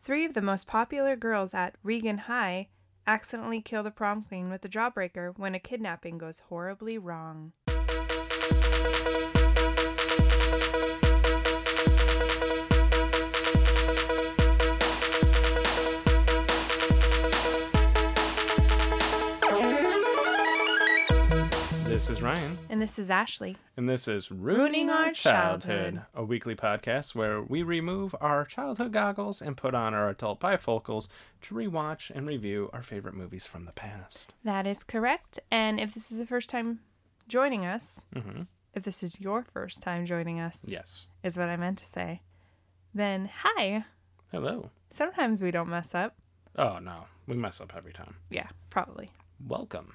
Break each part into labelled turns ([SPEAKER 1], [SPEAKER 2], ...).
[SPEAKER 1] Three of the most popular girls at Regan High accidentally kill the prom queen with a jawbreaker when a kidnapping goes horribly wrong.
[SPEAKER 2] This is Ryan,
[SPEAKER 1] And this is Ashley.
[SPEAKER 2] and this is
[SPEAKER 1] Ruining Our Childhood.
[SPEAKER 2] a weekly podcast where we remove our childhood goggles and put on our adult bifocals to rewatch and review our favorite movies from the past.
[SPEAKER 1] That is correct. And if this is the first time joining us,
[SPEAKER 2] Mm-hmm.
[SPEAKER 1] if this is your first time joining us,
[SPEAKER 2] Yes.
[SPEAKER 1] is what I meant to say, then hi.
[SPEAKER 2] Hello.
[SPEAKER 1] Sometimes we don't mess up.
[SPEAKER 2] Oh, no. We mess up every time.
[SPEAKER 1] Yeah, probably.
[SPEAKER 2] Welcome.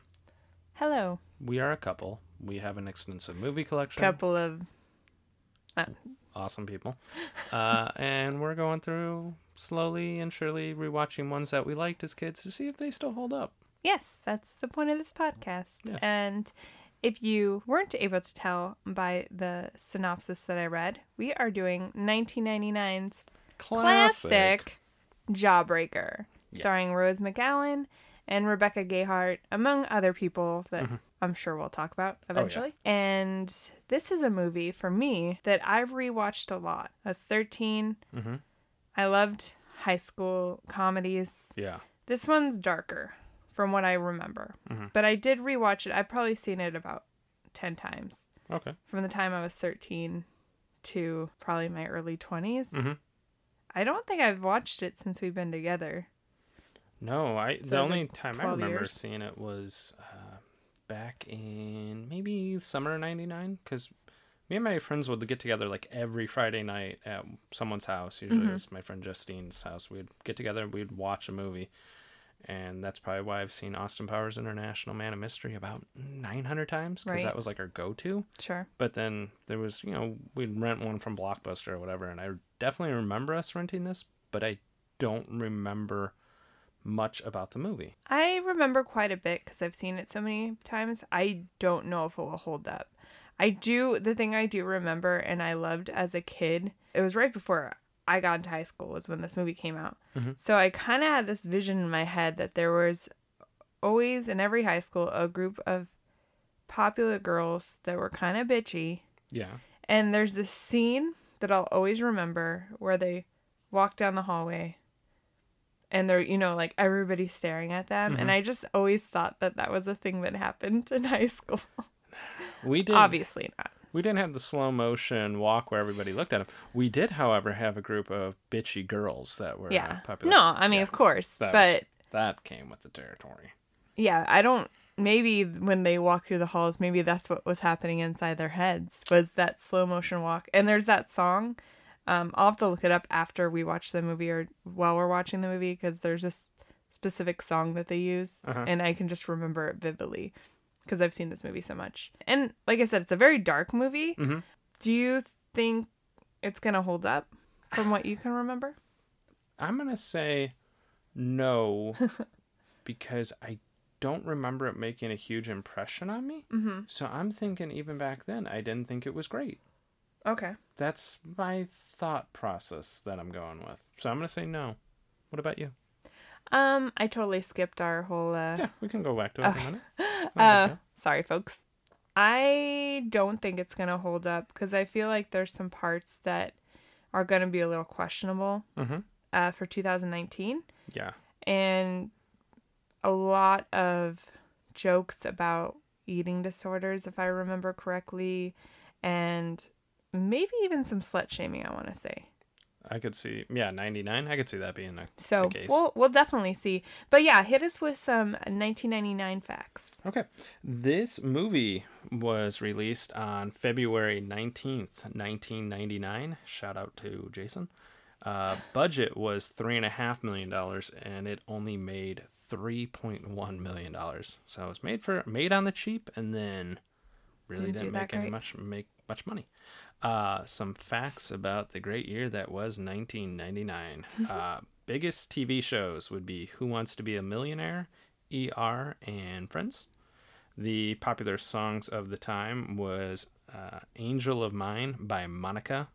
[SPEAKER 1] Hello.
[SPEAKER 2] We are a couple. We have an extensive movie collection.
[SPEAKER 1] Couple of. Uh,
[SPEAKER 2] Awesome people. Uh, and we're going through slowly and surely rewatching ones that we liked as kids to see if they still hold up.
[SPEAKER 1] Yes, that's the point of this podcast.
[SPEAKER 2] Yes.
[SPEAKER 1] And if you weren't able to tell by the synopsis that I read, we are doing 1999's classic, Jawbreaker, starring
[SPEAKER 2] Yes.
[SPEAKER 1] Rose McGowan and Rebecca Gayhart, among other people that
[SPEAKER 2] Mm-hmm.
[SPEAKER 1] I'm sure we'll talk about
[SPEAKER 2] Oh,
[SPEAKER 1] eventually. And this is a movie for me that I've rewatched a lot. I was 13.
[SPEAKER 2] Mm-hmm.
[SPEAKER 1] I loved high school comedies.
[SPEAKER 2] Yeah.
[SPEAKER 1] This one's darker from what I remember. But I did rewatch it. I've probably seen it about 10 times
[SPEAKER 2] Okay.
[SPEAKER 1] from the time I was 13 to probably my early 20s. I don't think I've watched it since we've been together.
[SPEAKER 2] No, I
[SPEAKER 1] So
[SPEAKER 2] the
[SPEAKER 1] like
[SPEAKER 2] only time I
[SPEAKER 1] 12
[SPEAKER 2] remember
[SPEAKER 1] years.
[SPEAKER 2] seeing it was uh, back in maybe summer '99 because me and my friends would get together like every Friday night at someone's house. Usually
[SPEAKER 1] Mm-hmm.
[SPEAKER 2] it was my friend Justine's house. We'd get together, we'd watch a movie, and that's probably why I've seen Austin Powers International Man of Mystery about 900 times because
[SPEAKER 1] Right.
[SPEAKER 2] that was like our go-to.
[SPEAKER 1] Sure.
[SPEAKER 2] But then there was, you know, we'd rent one from Blockbuster or whatever, and I definitely remember us renting this, but I don't remember much about the movie.
[SPEAKER 1] I remember quite a bit because I've seen it so many times. I don't know if it will hold up. I do, the thing I do remember and I loved as a kid, it was right before I got into high school, was when this movie came out. So I kind of had this vision in my head that there was always in every high school a group of popular girls that were kind of bitchy.
[SPEAKER 2] Yeah.
[SPEAKER 1] And there's this scene that I'll always remember where they walk down the hallway and they're, you know, like everybody's staring at them.
[SPEAKER 2] Mm-hmm.
[SPEAKER 1] And I just always thought that that was a thing that happened in high school.
[SPEAKER 2] We did
[SPEAKER 1] Obviously not.
[SPEAKER 2] we didn't have the slow motion walk where everybody looked at him. We did, however, have a group of bitchy girls that were uh,
[SPEAKER 1] Yeah.
[SPEAKER 2] popular.
[SPEAKER 1] No, I mean,
[SPEAKER 2] Yeah.
[SPEAKER 1] of course.
[SPEAKER 2] That was-
[SPEAKER 1] but
[SPEAKER 2] that came with the territory.
[SPEAKER 1] yeah, I don't. Maybe when they walk through the halls, maybe that's what was happening inside their heads was that slow motion walk. And there's that song. Um, I'll have to look it up after we watch the movie or while we're watching the movie because there's this specific song that they use, and I can just remember it vividly because I've seen this movie so much. And like I said, it's a very dark movie.
[SPEAKER 2] Mhm.
[SPEAKER 1] Do you think it's gonna hold up from what you can remember?
[SPEAKER 2] I'm gonna say no because I don't remember it making a huge impression on me.
[SPEAKER 1] Mm-hmm.
[SPEAKER 2] So I'm thinking even back then I didn't think it was great.
[SPEAKER 1] Okay.
[SPEAKER 2] That's my thought process that I'm going with. So I'm gonna say no. What about you?
[SPEAKER 1] Um, I totally skipped our whole uh,
[SPEAKER 2] Yeah, we can go back to it
[SPEAKER 1] Okay.
[SPEAKER 2] in a minute.
[SPEAKER 1] Uh,
[SPEAKER 2] Oh, okay.
[SPEAKER 1] sorry, folks. I don't think it's gonna hold up because I feel like there's some parts that are gonna be a little questionable
[SPEAKER 2] Mm-hmm.
[SPEAKER 1] uh, for 2019,
[SPEAKER 2] Yeah.
[SPEAKER 1] and a lot of jokes about eating disorders, if I remember correctly, and maybe even some slut shaming. I want to say.
[SPEAKER 2] I could see yeah, ninety nine. I could see that being a
[SPEAKER 1] So
[SPEAKER 2] case.
[SPEAKER 1] we'll we'll definitely see. But yeah, hit us with some 1999 facts.
[SPEAKER 2] Okay. This movie was released on February 19th, 1999. Shout out to Jason. Uh, budget was $3.5 million and it only made $3.1 million. So it was made for made on the cheap and then really
[SPEAKER 1] Didn't do
[SPEAKER 2] didn't,
[SPEAKER 1] that
[SPEAKER 2] make any
[SPEAKER 1] great.
[SPEAKER 2] much make much money. Uh, some facts about the great year that was 1999. uh, biggest TV shows would be Who Wants to Be a Millionaire, ER, and Friends. The popular songs of the time was uh, "Angel of Mine" by Monica,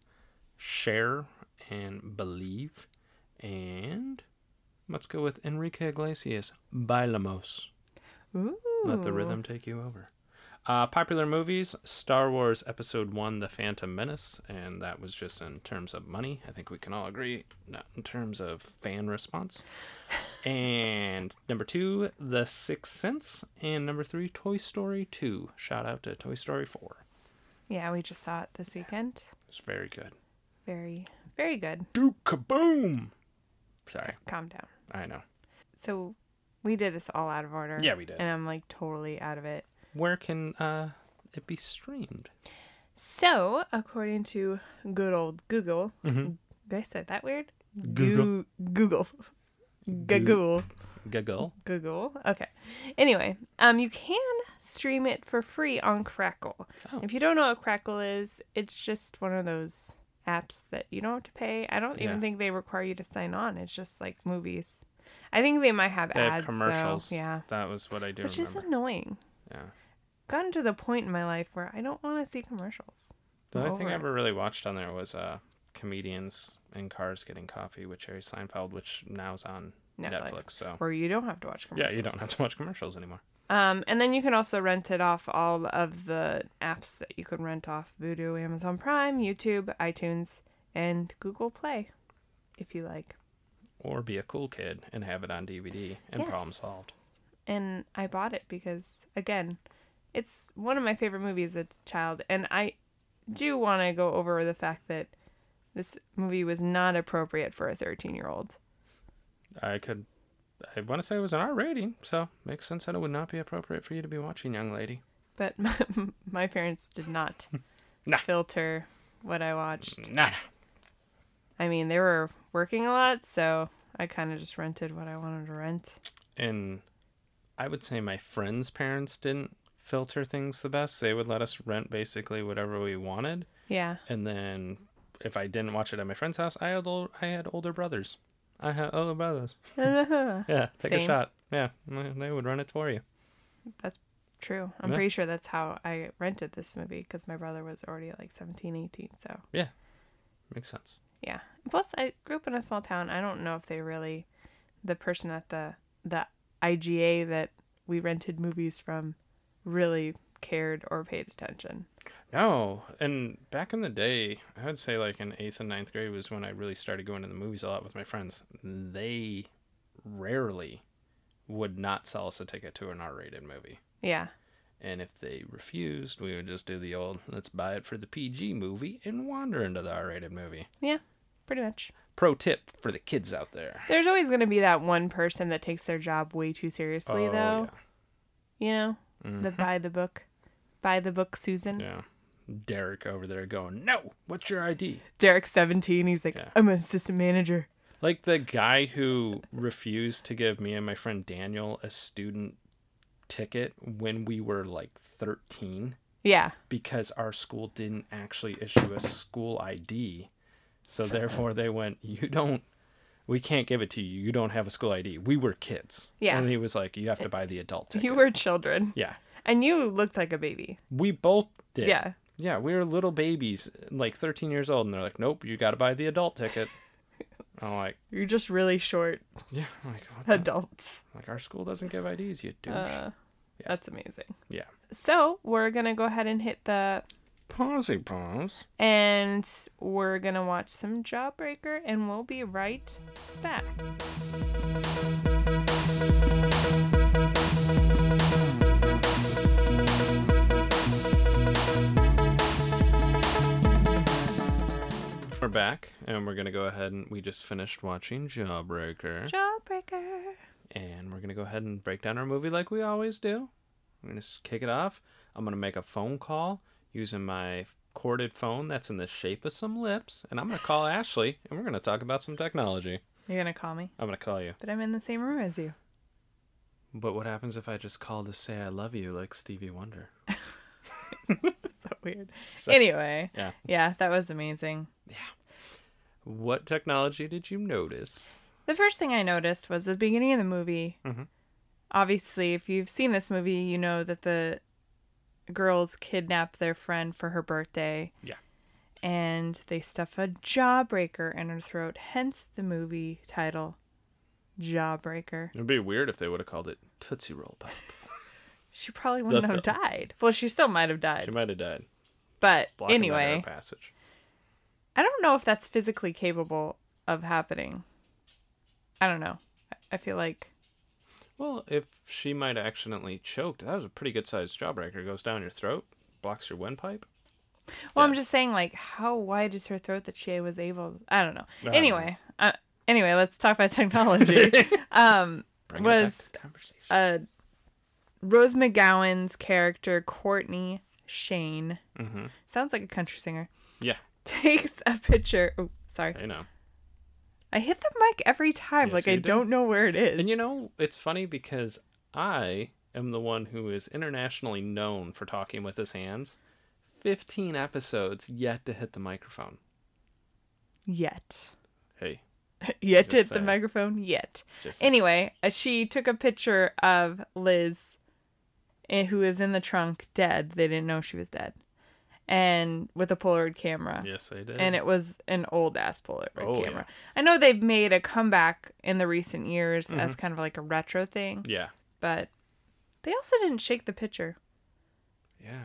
[SPEAKER 2] "Share" and "Believe," And let's go with Enrique Iglesias, Bailamos.
[SPEAKER 1] Ooh.
[SPEAKER 2] Let the rhythm take you over. Uh, popular movies Star Wars Episode 1 The Phantom Menace, and that was just in terms of money. I think we can all agree, not in terms of fan response. and number two, The Sixth Sense. And number three, Toy Story 2. Shout out to Toy Story 4.
[SPEAKER 1] Yeah, we just saw it this weekend.
[SPEAKER 2] It's very good.
[SPEAKER 1] Very, very good.
[SPEAKER 2] Duke Kaboom! Sorry,
[SPEAKER 1] Calm down.
[SPEAKER 2] I know.
[SPEAKER 1] So we did this all out of order.
[SPEAKER 2] Yeah, we did.
[SPEAKER 1] And I'm like totally out of it.
[SPEAKER 2] Where can uh, it be streamed?
[SPEAKER 1] So, according to good old Google, did I say that weird?
[SPEAKER 2] Mm-hmm. Google.
[SPEAKER 1] Goo- Google. Google.
[SPEAKER 2] Giggle.
[SPEAKER 1] Google. Okay. Anyway, um, you can stream it for free on Crackle.
[SPEAKER 2] Oh.
[SPEAKER 1] If you don't know what Crackle is, it's just one of those apps that you don't have to pay. I don't
[SPEAKER 2] Yeah.
[SPEAKER 1] even think they require you to sign on. It's just like movies. I think they might have
[SPEAKER 2] They
[SPEAKER 1] ads.
[SPEAKER 2] have commercials.
[SPEAKER 1] So, yeah.
[SPEAKER 2] That was what I do
[SPEAKER 1] Which is
[SPEAKER 2] remember.
[SPEAKER 1] annoying.
[SPEAKER 2] Yeah.
[SPEAKER 1] Gotten to the point in my life where I don't want to see commercials.
[SPEAKER 2] The only
[SPEAKER 1] over
[SPEAKER 2] thing I
[SPEAKER 1] it.
[SPEAKER 2] ever really watched on there was uh, comedians in cars getting coffee with Jerry Seinfeld, which now's on Netflix.
[SPEAKER 1] Netflix.
[SPEAKER 2] so
[SPEAKER 1] Where you don't have to watch commercials.
[SPEAKER 2] yeah, you don't have to watch commercials anymore.
[SPEAKER 1] Um, and then you can also rent it off all of the apps that you can rent off Voodoo, Amazon Prime, YouTube, iTunes, and Google Play, if you like.
[SPEAKER 2] Or be a cool kid and have it on DVD and problem
[SPEAKER 1] Yes.
[SPEAKER 2] solved.
[SPEAKER 1] And I bought it because, again, it's one of my favorite movies as a child. And I do want to go over the fact that this movie was not appropriate for a 13 year old.
[SPEAKER 2] I could, I want to say it was an R rating, so makes sense that it would not be appropriate for you to be watching, young lady.
[SPEAKER 1] But my, my parents did not
[SPEAKER 2] Nah.
[SPEAKER 1] filter what I watched.
[SPEAKER 2] Nah, nah.
[SPEAKER 1] I mean, they were working a lot, so I kind of just rented what I wanted to rent.
[SPEAKER 2] and I would say my friends' parents didn't filter things the best. They would let us rent basically whatever we wanted,
[SPEAKER 1] Yeah.
[SPEAKER 2] and then if I didn't watch it at my friend's house, I had old, I had older brothers. I had older brothers.
[SPEAKER 1] That's
[SPEAKER 2] Yeah, take a
[SPEAKER 1] Same.
[SPEAKER 2] shot. Yeah, mm, they would run it for you.
[SPEAKER 1] true. I'm
[SPEAKER 2] Yeah.
[SPEAKER 1] pretty sure that's how I rented this movie because my brother was already like 17, 18. So,
[SPEAKER 2] Makes sense.
[SPEAKER 1] yeah. Plus, I grew up in a small town. I don't know if they really, the person at the, the IGA that we rented movies from really cared or paid attention.
[SPEAKER 2] No, and back in the day, I would say like in eighth and ninth grade was when I really started going to the movies a lot with my friends. They rarely would not sell us a ticket to an R-rated movie.
[SPEAKER 1] Yeah.
[SPEAKER 2] And if they refused, we would just do the old let's buy it for the PG movie and wander into the R rated movie.
[SPEAKER 1] Yeah. Pretty much.
[SPEAKER 2] Pro tip for the kids out there.
[SPEAKER 1] There's always going to be that one person that takes their job way too
[SPEAKER 2] Oh,
[SPEAKER 1] seriously, though. You know?
[SPEAKER 2] yeah.
[SPEAKER 1] the
[SPEAKER 2] Mhm.
[SPEAKER 1] by the book by the book susan
[SPEAKER 2] yeah. Derek over there going, No, what's your ID?
[SPEAKER 1] derek's 17 he's like
[SPEAKER 2] Yeah.
[SPEAKER 1] i'm an assistant manager
[SPEAKER 2] Like the guy who refused to give me and my friend Daniel a student ticket when we were like 13
[SPEAKER 1] yeah
[SPEAKER 2] because our school didn't actually issue a school ID. So therefore they went, You don't we can't give it to you. You don't have a school ID. We were kids.
[SPEAKER 1] Yeah.
[SPEAKER 2] And he was like, You have to buy the adult ticket.
[SPEAKER 1] you were children
[SPEAKER 2] Yeah.
[SPEAKER 1] and you looked like a baby
[SPEAKER 2] We both did.
[SPEAKER 1] yeah
[SPEAKER 2] Yeah, we were little babies, like thirteen years old, and they're like, Nope, you gotta buy the adult ticket. I'm like,
[SPEAKER 1] you're just really short
[SPEAKER 2] Yeah, I'm like, what the-
[SPEAKER 1] adults
[SPEAKER 2] Like our school doesn't give IDs, you douche.
[SPEAKER 1] uh, that's amazing
[SPEAKER 2] yeah.
[SPEAKER 1] so we're gonna go ahead and hit the
[SPEAKER 2] Pausey pause.
[SPEAKER 1] and we're gonna watch some jawbreaker and we'll be right back
[SPEAKER 2] Mm-hmm. We're back, and we're gonna go ahead and we just finished watching Jawbreaker,
[SPEAKER 1] jawbreaker
[SPEAKER 2] and we're gonna go ahead and break down our movie like we always do. I'm gonna s- kick it off. I'm gonna make a phone call using my f- corded phone that's in the shape of some lips, and I'm gonna call Ashley, and we're gonna talk about some technology.
[SPEAKER 1] you're gonna call me
[SPEAKER 2] I'm gonna call you.
[SPEAKER 1] but i'm in the same room as you
[SPEAKER 2] But what happens if I just call to say I love you like Stevie Wonder?
[SPEAKER 1] so weird anyway
[SPEAKER 2] Yeah.
[SPEAKER 1] yeah that was amazing
[SPEAKER 2] What technology did you notice?
[SPEAKER 1] The first thing I noticed was at the beginning of the movie.
[SPEAKER 2] Mhm.
[SPEAKER 1] Obviously, if you've seen this movie, you know that the girls kidnap their friend for her birthday.
[SPEAKER 2] Yeah.
[SPEAKER 1] and they stuff a jawbreaker in her throat, hence the movie title Jawbreaker.
[SPEAKER 2] It'd be weird if they would have called it Tootsie Roll Pop.
[SPEAKER 1] She probably wouldn't have
[SPEAKER 2] That's
[SPEAKER 1] died. Well, she still might have
[SPEAKER 2] she
[SPEAKER 1] died.
[SPEAKER 2] might have died.
[SPEAKER 1] But
[SPEAKER 2] Blocking that
[SPEAKER 1] anyway,
[SPEAKER 2] air passage.
[SPEAKER 1] I don't know if that's physically capable of happening. I don't know. I- I feel like
[SPEAKER 2] Well, if she might have accidentally choked, that was a pretty good sized jawbreaker. Goes down your throat, blocks your windpipe.
[SPEAKER 1] Well, I'm
[SPEAKER 2] Yeah.
[SPEAKER 1] just saying, like, how wide is her throat that she was able? I don't know.
[SPEAKER 2] don't know.
[SPEAKER 1] anyway, uh, anyway, let's talk about technology. um,
[SPEAKER 2] Bring it
[SPEAKER 1] was
[SPEAKER 2] back to conversation.
[SPEAKER 1] uh, Rose McGowan's character Courtney Shane
[SPEAKER 2] mm-hmm.
[SPEAKER 1] sounds like a country singer.
[SPEAKER 2] Yeah,
[SPEAKER 1] Takes a picture. Oh, sorry,
[SPEAKER 2] I know.
[SPEAKER 1] I hit the mic every time.
[SPEAKER 2] Yes,
[SPEAKER 1] like
[SPEAKER 2] you
[SPEAKER 1] I
[SPEAKER 2] do.
[SPEAKER 1] don't know where it is.
[SPEAKER 2] And you know, it's funny because I am the one who is internationally known for talking with his hands. 15 episodes yet to hit the microphone.
[SPEAKER 1] yet,
[SPEAKER 2] Hey,
[SPEAKER 1] yet
[SPEAKER 2] Just
[SPEAKER 1] at the
[SPEAKER 2] saying.
[SPEAKER 1] microphone. Yet.
[SPEAKER 2] just
[SPEAKER 1] Anyway, uh, she took a picture of Liz, eh, who is in the trunk, dead. They didn't know she was dead, and with a Polaroid camera.
[SPEAKER 2] yes, I did.
[SPEAKER 1] And it was an old ass Polaroid
[SPEAKER 2] Oh,
[SPEAKER 1] camera. I know they've made a comeback in the recent years
[SPEAKER 2] Mm-hmm.
[SPEAKER 1] as kind of like a retro thing,
[SPEAKER 2] yeah,
[SPEAKER 1] but they also didn't shake the picture.
[SPEAKER 2] yeah.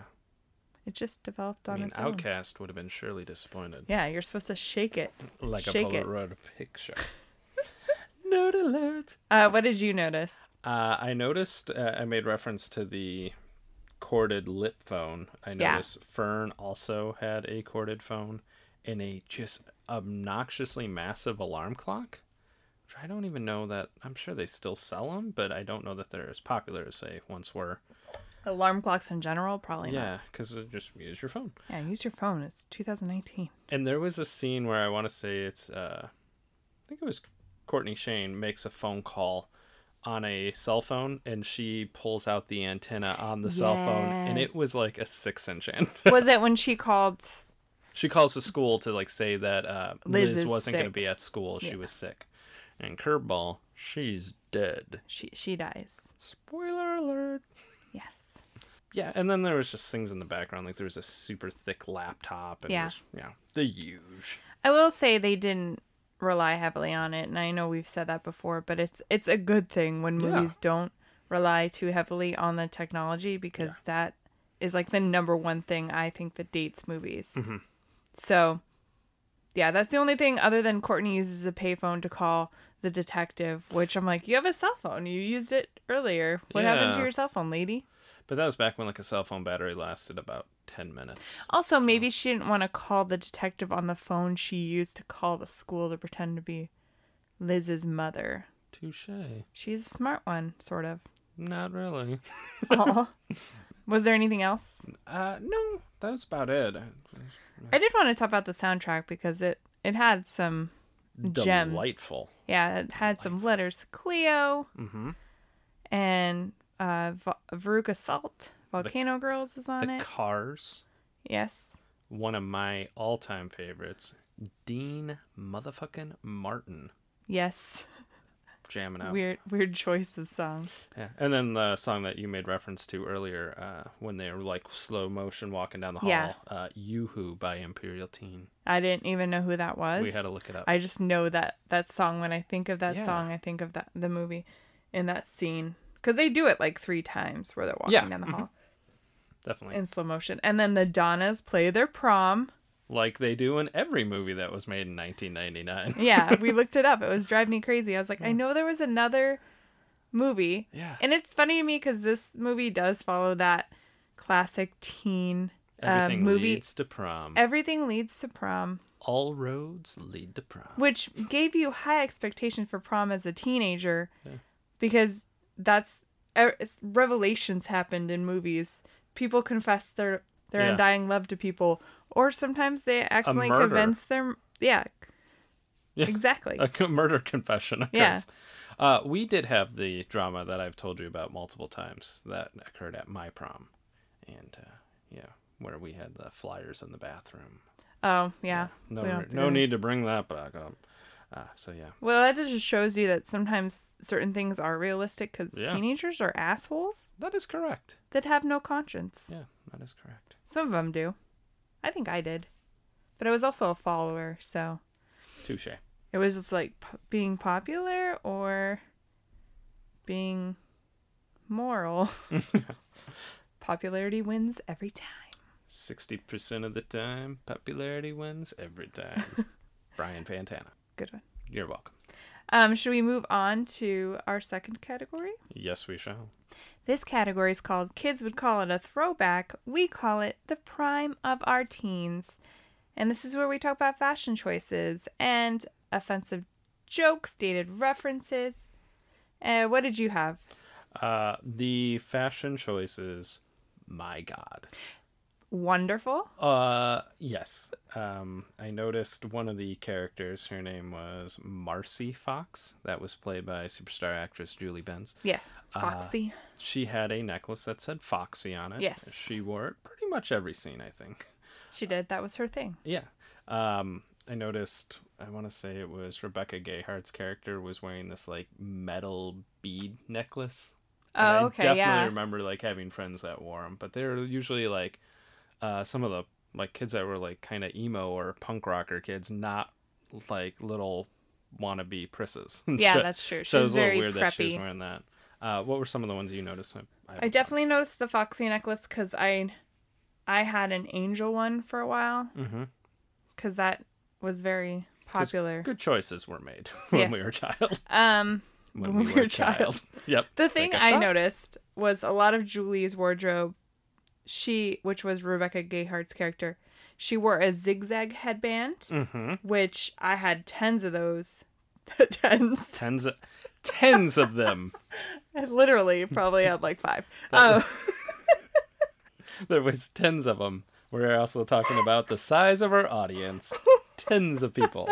[SPEAKER 1] It just developed on
[SPEAKER 2] I mean,
[SPEAKER 1] its own.
[SPEAKER 2] Outcast would have been surely disappointed.
[SPEAKER 1] Yeah, you're supposed to shake it.
[SPEAKER 2] Like a
[SPEAKER 1] Shake it.
[SPEAKER 2] Polaroid picture. Nerd alert.
[SPEAKER 1] Uh, what did you notice?
[SPEAKER 2] Uh, I noticed uh, I made reference to the corded lip phone. I
[SPEAKER 1] Yeah.
[SPEAKER 2] noticed Fern also had a corded phone and a just obnoxiously massive alarm clock. Which I don't even know that I'm sure they still sell them, but I don't know that they're as popular as they once were.
[SPEAKER 1] Alarm clocks in general, probably not.
[SPEAKER 2] Yeah, because just use your phone.
[SPEAKER 1] Yeah, use your phone. It's 2019.
[SPEAKER 2] And there was a scene where I want to say it's, uh, I think it was Courtney Shane makes a phone call on a cell phone and she pulls out the antenna on the cell phone and
[SPEAKER 1] Yes.
[SPEAKER 2] it was like a six inch end.
[SPEAKER 1] was it when she called
[SPEAKER 2] she calls the school to like say that uh,
[SPEAKER 1] Liz
[SPEAKER 2] Liz,
[SPEAKER 1] is
[SPEAKER 2] wasn't going to
[SPEAKER 1] sick.
[SPEAKER 2] be at school. She
[SPEAKER 1] Yeah.
[SPEAKER 2] was sick. And Curveball, she's dead.
[SPEAKER 1] she she dies
[SPEAKER 2] Spoiler alert.
[SPEAKER 1] yes
[SPEAKER 2] Yeah, and then there was just things in the background, like there was a super thick laptop and
[SPEAKER 1] Yeah.
[SPEAKER 2] there's- yeah, the huge.
[SPEAKER 1] i will say they didn't rely heavily on it and i know we've said that before but it's it's a good thing when
[SPEAKER 2] Yeah.
[SPEAKER 1] movies don't rely too heavily on the technology because that is like the number one thing i think that dates movies
[SPEAKER 2] Mhm.
[SPEAKER 1] so yeah that's the only thing other than courtney uses a payphone to call the detective which i'm like you have a cell phone you used it earlier what happened to
[SPEAKER 2] Yeah.
[SPEAKER 1] your cell phone lady
[SPEAKER 2] But that was back when like a cell phone battery lasted about ten minutes.
[SPEAKER 1] Also, maybe she didn't want to call the detective on the phone she used to call the school to pretend to be Liz's mother.
[SPEAKER 2] Touche.
[SPEAKER 1] She's a smart one, sort of.
[SPEAKER 2] Not really.
[SPEAKER 1] Aw. Was there anything else?
[SPEAKER 2] Uh, no, that was about it.
[SPEAKER 1] I did want to talk about the soundtrack because it it had some Gems.
[SPEAKER 2] Delightful.
[SPEAKER 1] yeah it had some letters Cleo
[SPEAKER 2] Mm-hmm.
[SPEAKER 1] and uh, Va- Veruca Salt Volcano Girls is on
[SPEAKER 2] The
[SPEAKER 1] it.
[SPEAKER 2] Cars,
[SPEAKER 1] Yes,
[SPEAKER 2] one of my all-time favorites. Dean motherfucking Martin
[SPEAKER 1] yes.
[SPEAKER 2] jamming out.
[SPEAKER 1] Weird weird choice of song.
[SPEAKER 2] Yeah. And then the song that you made reference to earlier, uh, when they were like slow motion walking down the hall,
[SPEAKER 1] Yeah.
[SPEAKER 2] uh, "Yoo-Hoo" by Imperial Teen.
[SPEAKER 1] I didn't even know who that was.
[SPEAKER 2] We had to look it up.
[SPEAKER 1] I just know that that song when I think of that
[SPEAKER 2] Yeah.
[SPEAKER 1] song, I think of that the movie and that scene because they do it like three times where they're walking
[SPEAKER 2] Yeah,
[SPEAKER 1] down the
[SPEAKER 2] mhm.
[SPEAKER 1] hall
[SPEAKER 2] Definitely.
[SPEAKER 1] in slow motion, and then the Donnas play their prom.
[SPEAKER 2] like they do in every movie that was made in 1999.
[SPEAKER 1] Yeah, we looked it up. It was driving me crazy. I was like, I know there was another movie,
[SPEAKER 2] Mm. Yeah.
[SPEAKER 1] and it's funny to me because this movie does follow that classic teen uh,
[SPEAKER 2] Everything
[SPEAKER 1] movie.
[SPEAKER 2] leads to prom.
[SPEAKER 1] Everything leads to prom,
[SPEAKER 2] All roads lead to prom.
[SPEAKER 1] which gave you high expectation for prom as a teenager because that's er, it's- revelations happened in movies people confess their their
[SPEAKER 2] Yeah.
[SPEAKER 1] undying love to people or sometimes they accidentally
[SPEAKER 2] murder.
[SPEAKER 1] convince their yeah,
[SPEAKER 2] Yeah.
[SPEAKER 1] exactly
[SPEAKER 2] a co- murder confession. Occurs.
[SPEAKER 1] Yeah.
[SPEAKER 2] Uh, we did have the drama that I've told you about multiple times that occurred at my prom, and uh, yeah, where we had the flyers in the bathroom.
[SPEAKER 1] oh yeah,
[SPEAKER 2] No,
[SPEAKER 1] we don't
[SPEAKER 2] re-
[SPEAKER 1] have to
[SPEAKER 2] no
[SPEAKER 1] go-
[SPEAKER 2] need to bring that back up. Uh, so yeah,
[SPEAKER 1] well that just shows you that sometimes certain things are realistic because
[SPEAKER 2] Yeah.
[SPEAKER 1] teenagers are assholes
[SPEAKER 2] that is correct.
[SPEAKER 1] that have no conscience
[SPEAKER 2] Yeah, that is correct.
[SPEAKER 1] some of them do i think i did But I was also a follower, so
[SPEAKER 2] Touche.
[SPEAKER 1] it was just like p- being popular or being moral. Popularity wins every time.
[SPEAKER 2] Sixty percent of the time, popularity wins every time. Brian Fantana.
[SPEAKER 1] Good one.
[SPEAKER 2] You're welcome.
[SPEAKER 1] Um, should we move on to our second category?
[SPEAKER 2] Yes, we shall.
[SPEAKER 1] This category is called Kids Would Call It a Throwback. We call it the Prime of Our Teens. And this is where we talk about fashion choices and offensive jokes, dated references. Uh, what did you have?
[SPEAKER 2] Uh, the fashion choices. My God.
[SPEAKER 1] Wonderful.
[SPEAKER 2] Uh, yes. Um, I noticed one of the characters. Her name was Marcy Fox. That was played by superstar actress Julie Benz.
[SPEAKER 1] Yeah. Foxy.
[SPEAKER 2] She had a necklace that said Foxy on it.
[SPEAKER 1] Yes.
[SPEAKER 2] She wore it pretty much every scene, I think.
[SPEAKER 1] she did. That was her thing.
[SPEAKER 2] Yeah. Um, I noticed, I want to say it was Rebecca Gayhart's character was wearing this like metal bead necklace. And
[SPEAKER 1] Oh,
[SPEAKER 2] I
[SPEAKER 1] okay.
[SPEAKER 2] definitely
[SPEAKER 1] Yeah.
[SPEAKER 2] remember like having friends that wore them, but they're usually like uh, some of the like kids that were like kind of emo or punk rocker kids, not like little wannabe prisses.
[SPEAKER 1] Yeah,
[SPEAKER 2] So-
[SPEAKER 1] that's true. She
[SPEAKER 2] so it
[SPEAKER 1] was
[SPEAKER 2] was a little
[SPEAKER 1] very
[SPEAKER 2] weird that she was
[SPEAKER 1] preppy.
[SPEAKER 2] wearing that. Uh, what were some of the ones you noticed? I,
[SPEAKER 1] I definitely noticed the Foxy necklace because I, I had an angel one for a while
[SPEAKER 2] hmm
[SPEAKER 1] because that was very popular.
[SPEAKER 2] Good choices were made when we
[SPEAKER 1] Yes.
[SPEAKER 2] were a child.
[SPEAKER 1] Um,
[SPEAKER 2] when we were a child. yep.
[SPEAKER 1] The thing
[SPEAKER 2] Take a
[SPEAKER 1] I
[SPEAKER 2] shot.
[SPEAKER 1] noticed was a lot of Julie's wardrobe. She, which was Rebecca Gayhart's character, she wore a zigzag headband,
[SPEAKER 2] Mhm.
[SPEAKER 1] which I had tens of those. tens.
[SPEAKER 2] Tens of, tens of them.
[SPEAKER 1] I literally probably had like five. Um,
[SPEAKER 2] There was tens of them. We're also talking about the size of our audience. Tens of people.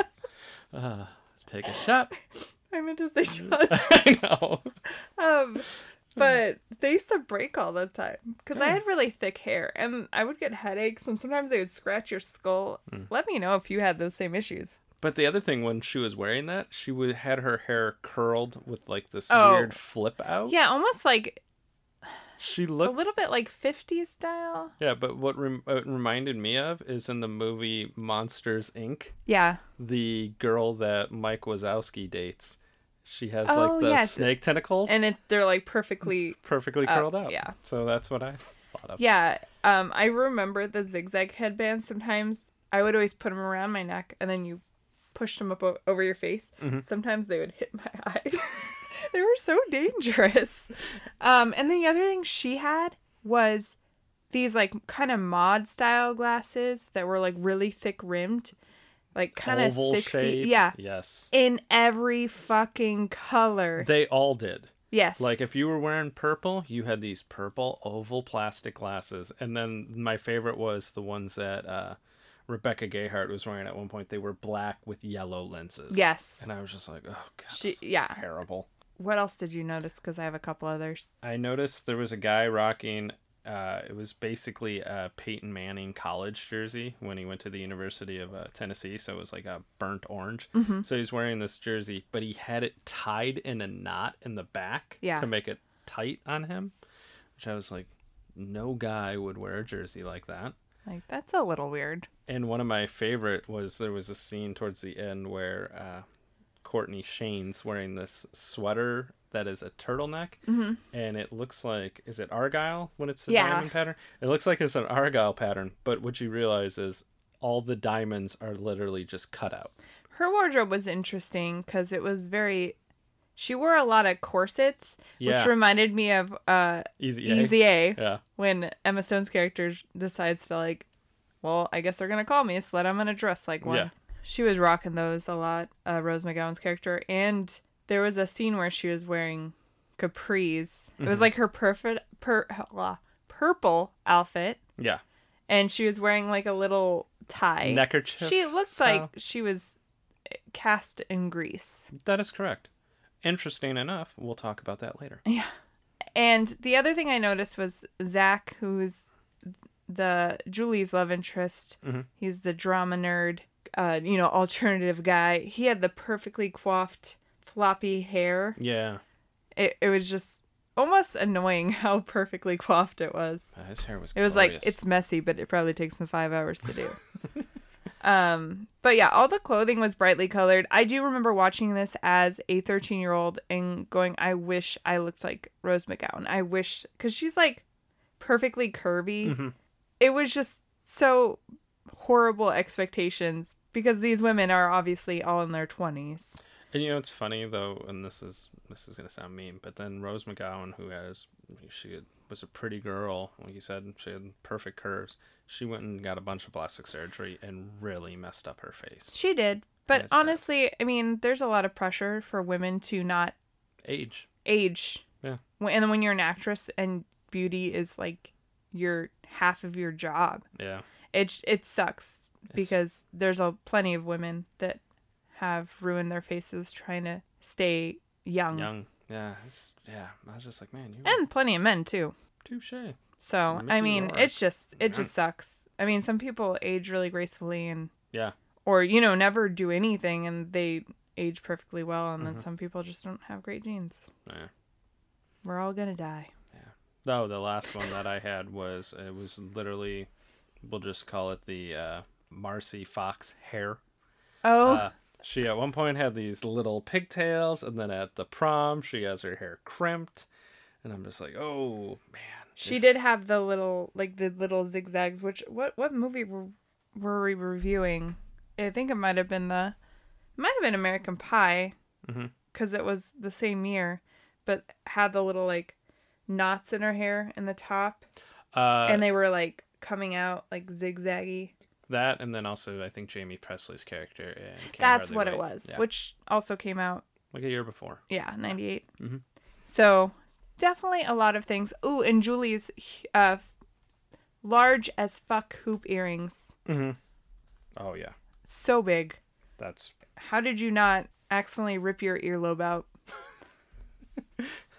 [SPEAKER 2] Uh, take a shot.
[SPEAKER 1] I meant to say tons.
[SPEAKER 2] I know.
[SPEAKER 1] Um, but they used to break all the time because I had really thick hair and I would get headaches and sometimes they would scratch your skull. Let me know if you had those same issues.
[SPEAKER 2] But the other thing, when she was wearing that, she would, had her hair curled with like this
[SPEAKER 1] Oh.
[SPEAKER 2] weird flip out.
[SPEAKER 1] Yeah, almost like
[SPEAKER 2] She
[SPEAKER 1] a
[SPEAKER 2] looked
[SPEAKER 1] little bit like 50s style.
[SPEAKER 2] Yeah, but what rem- what it reminded me of is in the movie Monsters Inc.
[SPEAKER 1] Yeah.
[SPEAKER 2] the girl that Mike Wazowski dates. She has
[SPEAKER 1] Oh,
[SPEAKER 2] like the
[SPEAKER 1] yes.
[SPEAKER 2] snake tentacles
[SPEAKER 1] and it, they're like perfectly
[SPEAKER 2] perfectly
[SPEAKER 1] uh,
[SPEAKER 2] curled up.
[SPEAKER 1] yeah.
[SPEAKER 2] So that's what I thought of.
[SPEAKER 1] yeah um i remember the zigzag headbands sometimes i would always put them around my neck and then you pushed them up o- over your face
[SPEAKER 2] Mm-hmm.
[SPEAKER 1] sometimes they would hit my eyes they were so dangerous um and the other thing she had was these like kind of mod style glasses that were like really thick rimmed like kind of 60
[SPEAKER 2] shape.
[SPEAKER 1] yeah
[SPEAKER 2] Yes.
[SPEAKER 1] in every fucking color
[SPEAKER 2] They all did.
[SPEAKER 1] yes
[SPEAKER 2] Like if you were wearing purple, you had these purple oval plastic glasses. And then my favorite was the ones that uh Rebecca Gayhart was wearing at one point. They were black with yellow lenses.
[SPEAKER 1] yes
[SPEAKER 2] And I was just like, oh god,
[SPEAKER 1] She-
[SPEAKER 2] she,
[SPEAKER 1] yeah.
[SPEAKER 2] terrible.
[SPEAKER 1] what else did you notice because i have a couple others
[SPEAKER 2] I noticed there was a guy rocking. Uh, it was basically a Peyton Manning college jersey when he went to the University of uh, Tennessee, so it was like a burnt orange. So he was wearing this jersey, but he had it tied in a knot in the back
[SPEAKER 1] Yeah.
[SPEAKER 2] to make it tight on him, which I was like, no guy would wear a jersey like that.
[SPEAKER 1] Like that's a little weird.
[SPEAKER 2] And one of my favorite was there was a scene towards the end where uh, Courtney Shane's wearing this sweater that is a turtleneck, and it looks like is it argyle when it's the
[SPEAKER 1] Mm-hmm. Yeah.
[SPEAKER 2] diamond pattern? It looks like it's an argyle pattern, but what you realize is all the diamonds are literally just cut out.
[SPEAKER 1] Her wardrobe was interesting because it was very. She wore a lot of corsets,
[SPEAKER 2] Yeah.
[SPEAKER 1] which reminded me of uh,
[SPEAKER 2] Easy, A.
[SPEAKER 1] Easy A
[SPEAKER 2] yeah.
[SPEAKER 1] when Emma Stone's character decides to like, well, I guess they're gonna call me, so that I'm gonna dress like one.
[SPEAKER 2] Yeah.
[SPEAKER 1] She was rocking those a lot, uh, Rose McGowan's character, and there was a scene where she was wearing capris. It
[SPEAKER 2] Mm-hmm.
[SPEAKER 1] was like her perfect per- blah, purple outfit,
[SPEAKER 2] Yeah,
[SPEAKER 1] and she was wearing like a little tie.
[SPEAKER 2] neckerchief.
[SPEAKER 1] She looked
[SPEAKER 2] style.
[SPEAKER 1] like she was eh, cast in Greece.
[SPEAKER 2] that is correct. Interesting enough, we'll talk about that later.
[SPEAKER 1] And the other thing I noticed was Zach, who's the Julie's love interest.
[SPEAKER 2] Mhm.
[SPEAKER 1] He's the drama nerd, uh, you know, alternative guy. He had the perfectly coiffed, floppy hair.
[SPEAKER 2] Yeah,
[SPEAKER 1] It, it was just almost annoying how perfectly coiffed it was.
[SPEAKER 2] Uh, his hair was.
[SPEAKER 1] It was like
[SPEAKER 2] glorious.
[SPEAKER 1] it's messy, but it probably takes me five hours to do. Um, but yeah, all the clothing was brightly colored. I do remember watching this as a 13 year old and going, I wish I looked like Rose McGowan. I wish, because she's like perfectly curvy.
[SPEAKER 2] Mhm.
[SPEAKER 1] It was just so horrible expectations because these women are obviously all in their 20s.
[SPEAKER 2] And you know it's funny though, and this is this is gonna sound mean, but then Rose McGowan, who has she was a pretty girl, like you said, she had perfect curves. She went and got a bunch of plastic surgery and really messed up her face.
[SPEAKER 1] She did. But
[SPEAKER 2] That's sad.
[SPEAKER 1] honestly, I mean, there's a lot of pressure for women to not
[SPEAKER 2] Age.
[SPEAKER 1] age.
[SPEAKER 2] Yeah.
[SPEAKER 1] When- And then when you're an actress and beauty is like your half of your job,
[SPEAKER 2] Yeah.
[SPEAKER 1] it it sucks because there's a plenty of women that have ruined their faces trying to stay young,
[SPEAKER 2] Young. Yeah. it's- yeah. I was just like, man, you
[SPEAKER 1] um, and plenty of men too.
[SPEAKER 2] touche.
[SPEAKER 1] So I
[SPEAKER 2] Mickey
[SPEAKER 1] mean,
[SPEAKER 2] Rourke.
[SPEAKER 1] it's just it
[SPEAKER 2] Yeah.
[SPEAKER 1] just sucks. I mean, some people age really gracefully and
[SPEAKER 2] Yeah.
[SPEAKER 1] or you know never do anything and they age perfectly well, and
[SPEAKER 2] Mhm.
[SPEAKER 1] then some people just don't have great genes.
[SPEAKER 2] Yeah.
[SPEAKER 1] We're all gonna die.
[SPEAKER 2] No, the last one that I had was it was literally, we'll just call it the uh, Marcy Fox hair.
[SPEAKER 1] Oh,
[SPEAKER 2] Uh, she at one point had these little pigtails, and then at the prom, she has her hair crimped, and I'm just like, oh man.
[SPEAKER 1] She
[SPEAKER 2] this-
[SPEAKER 1] did have the little like the little zigzags. Which what what movie were, were we reviewing? I think it might have been the it might have been American Pie
[SPEAKER 2] Mhm.
[SPEAKER 1] because it was the same year, but had the little like knots in her hair in the top,
[SPEAKER 2] Uh,
[SPEAKER 1] and they were like coming out like zigzaggy.
[SPEAKER 2] that, and then also I think Jamie Presley's character. And
[SPEAKER 1] That's what it was,
[SPEAKER 2] Yeah.
[SPEAKER 1] which also came out
[SPEAKER 2] like a year before.
[SPEAKER 1] yeah ninety
[SPEAKER 2] Mhm.
[SPEAKER 1] So definitely a lot of things. Ooh, and Julie's uh, large as fuck hoop earrings.
[SPEAKER 2] Mm-hmm. Oh yeah,
[SPEAKER 1] so big.
[SPEAKER 2] that's
[SPEAKER 1] How did you not accidentally rip your earlobe out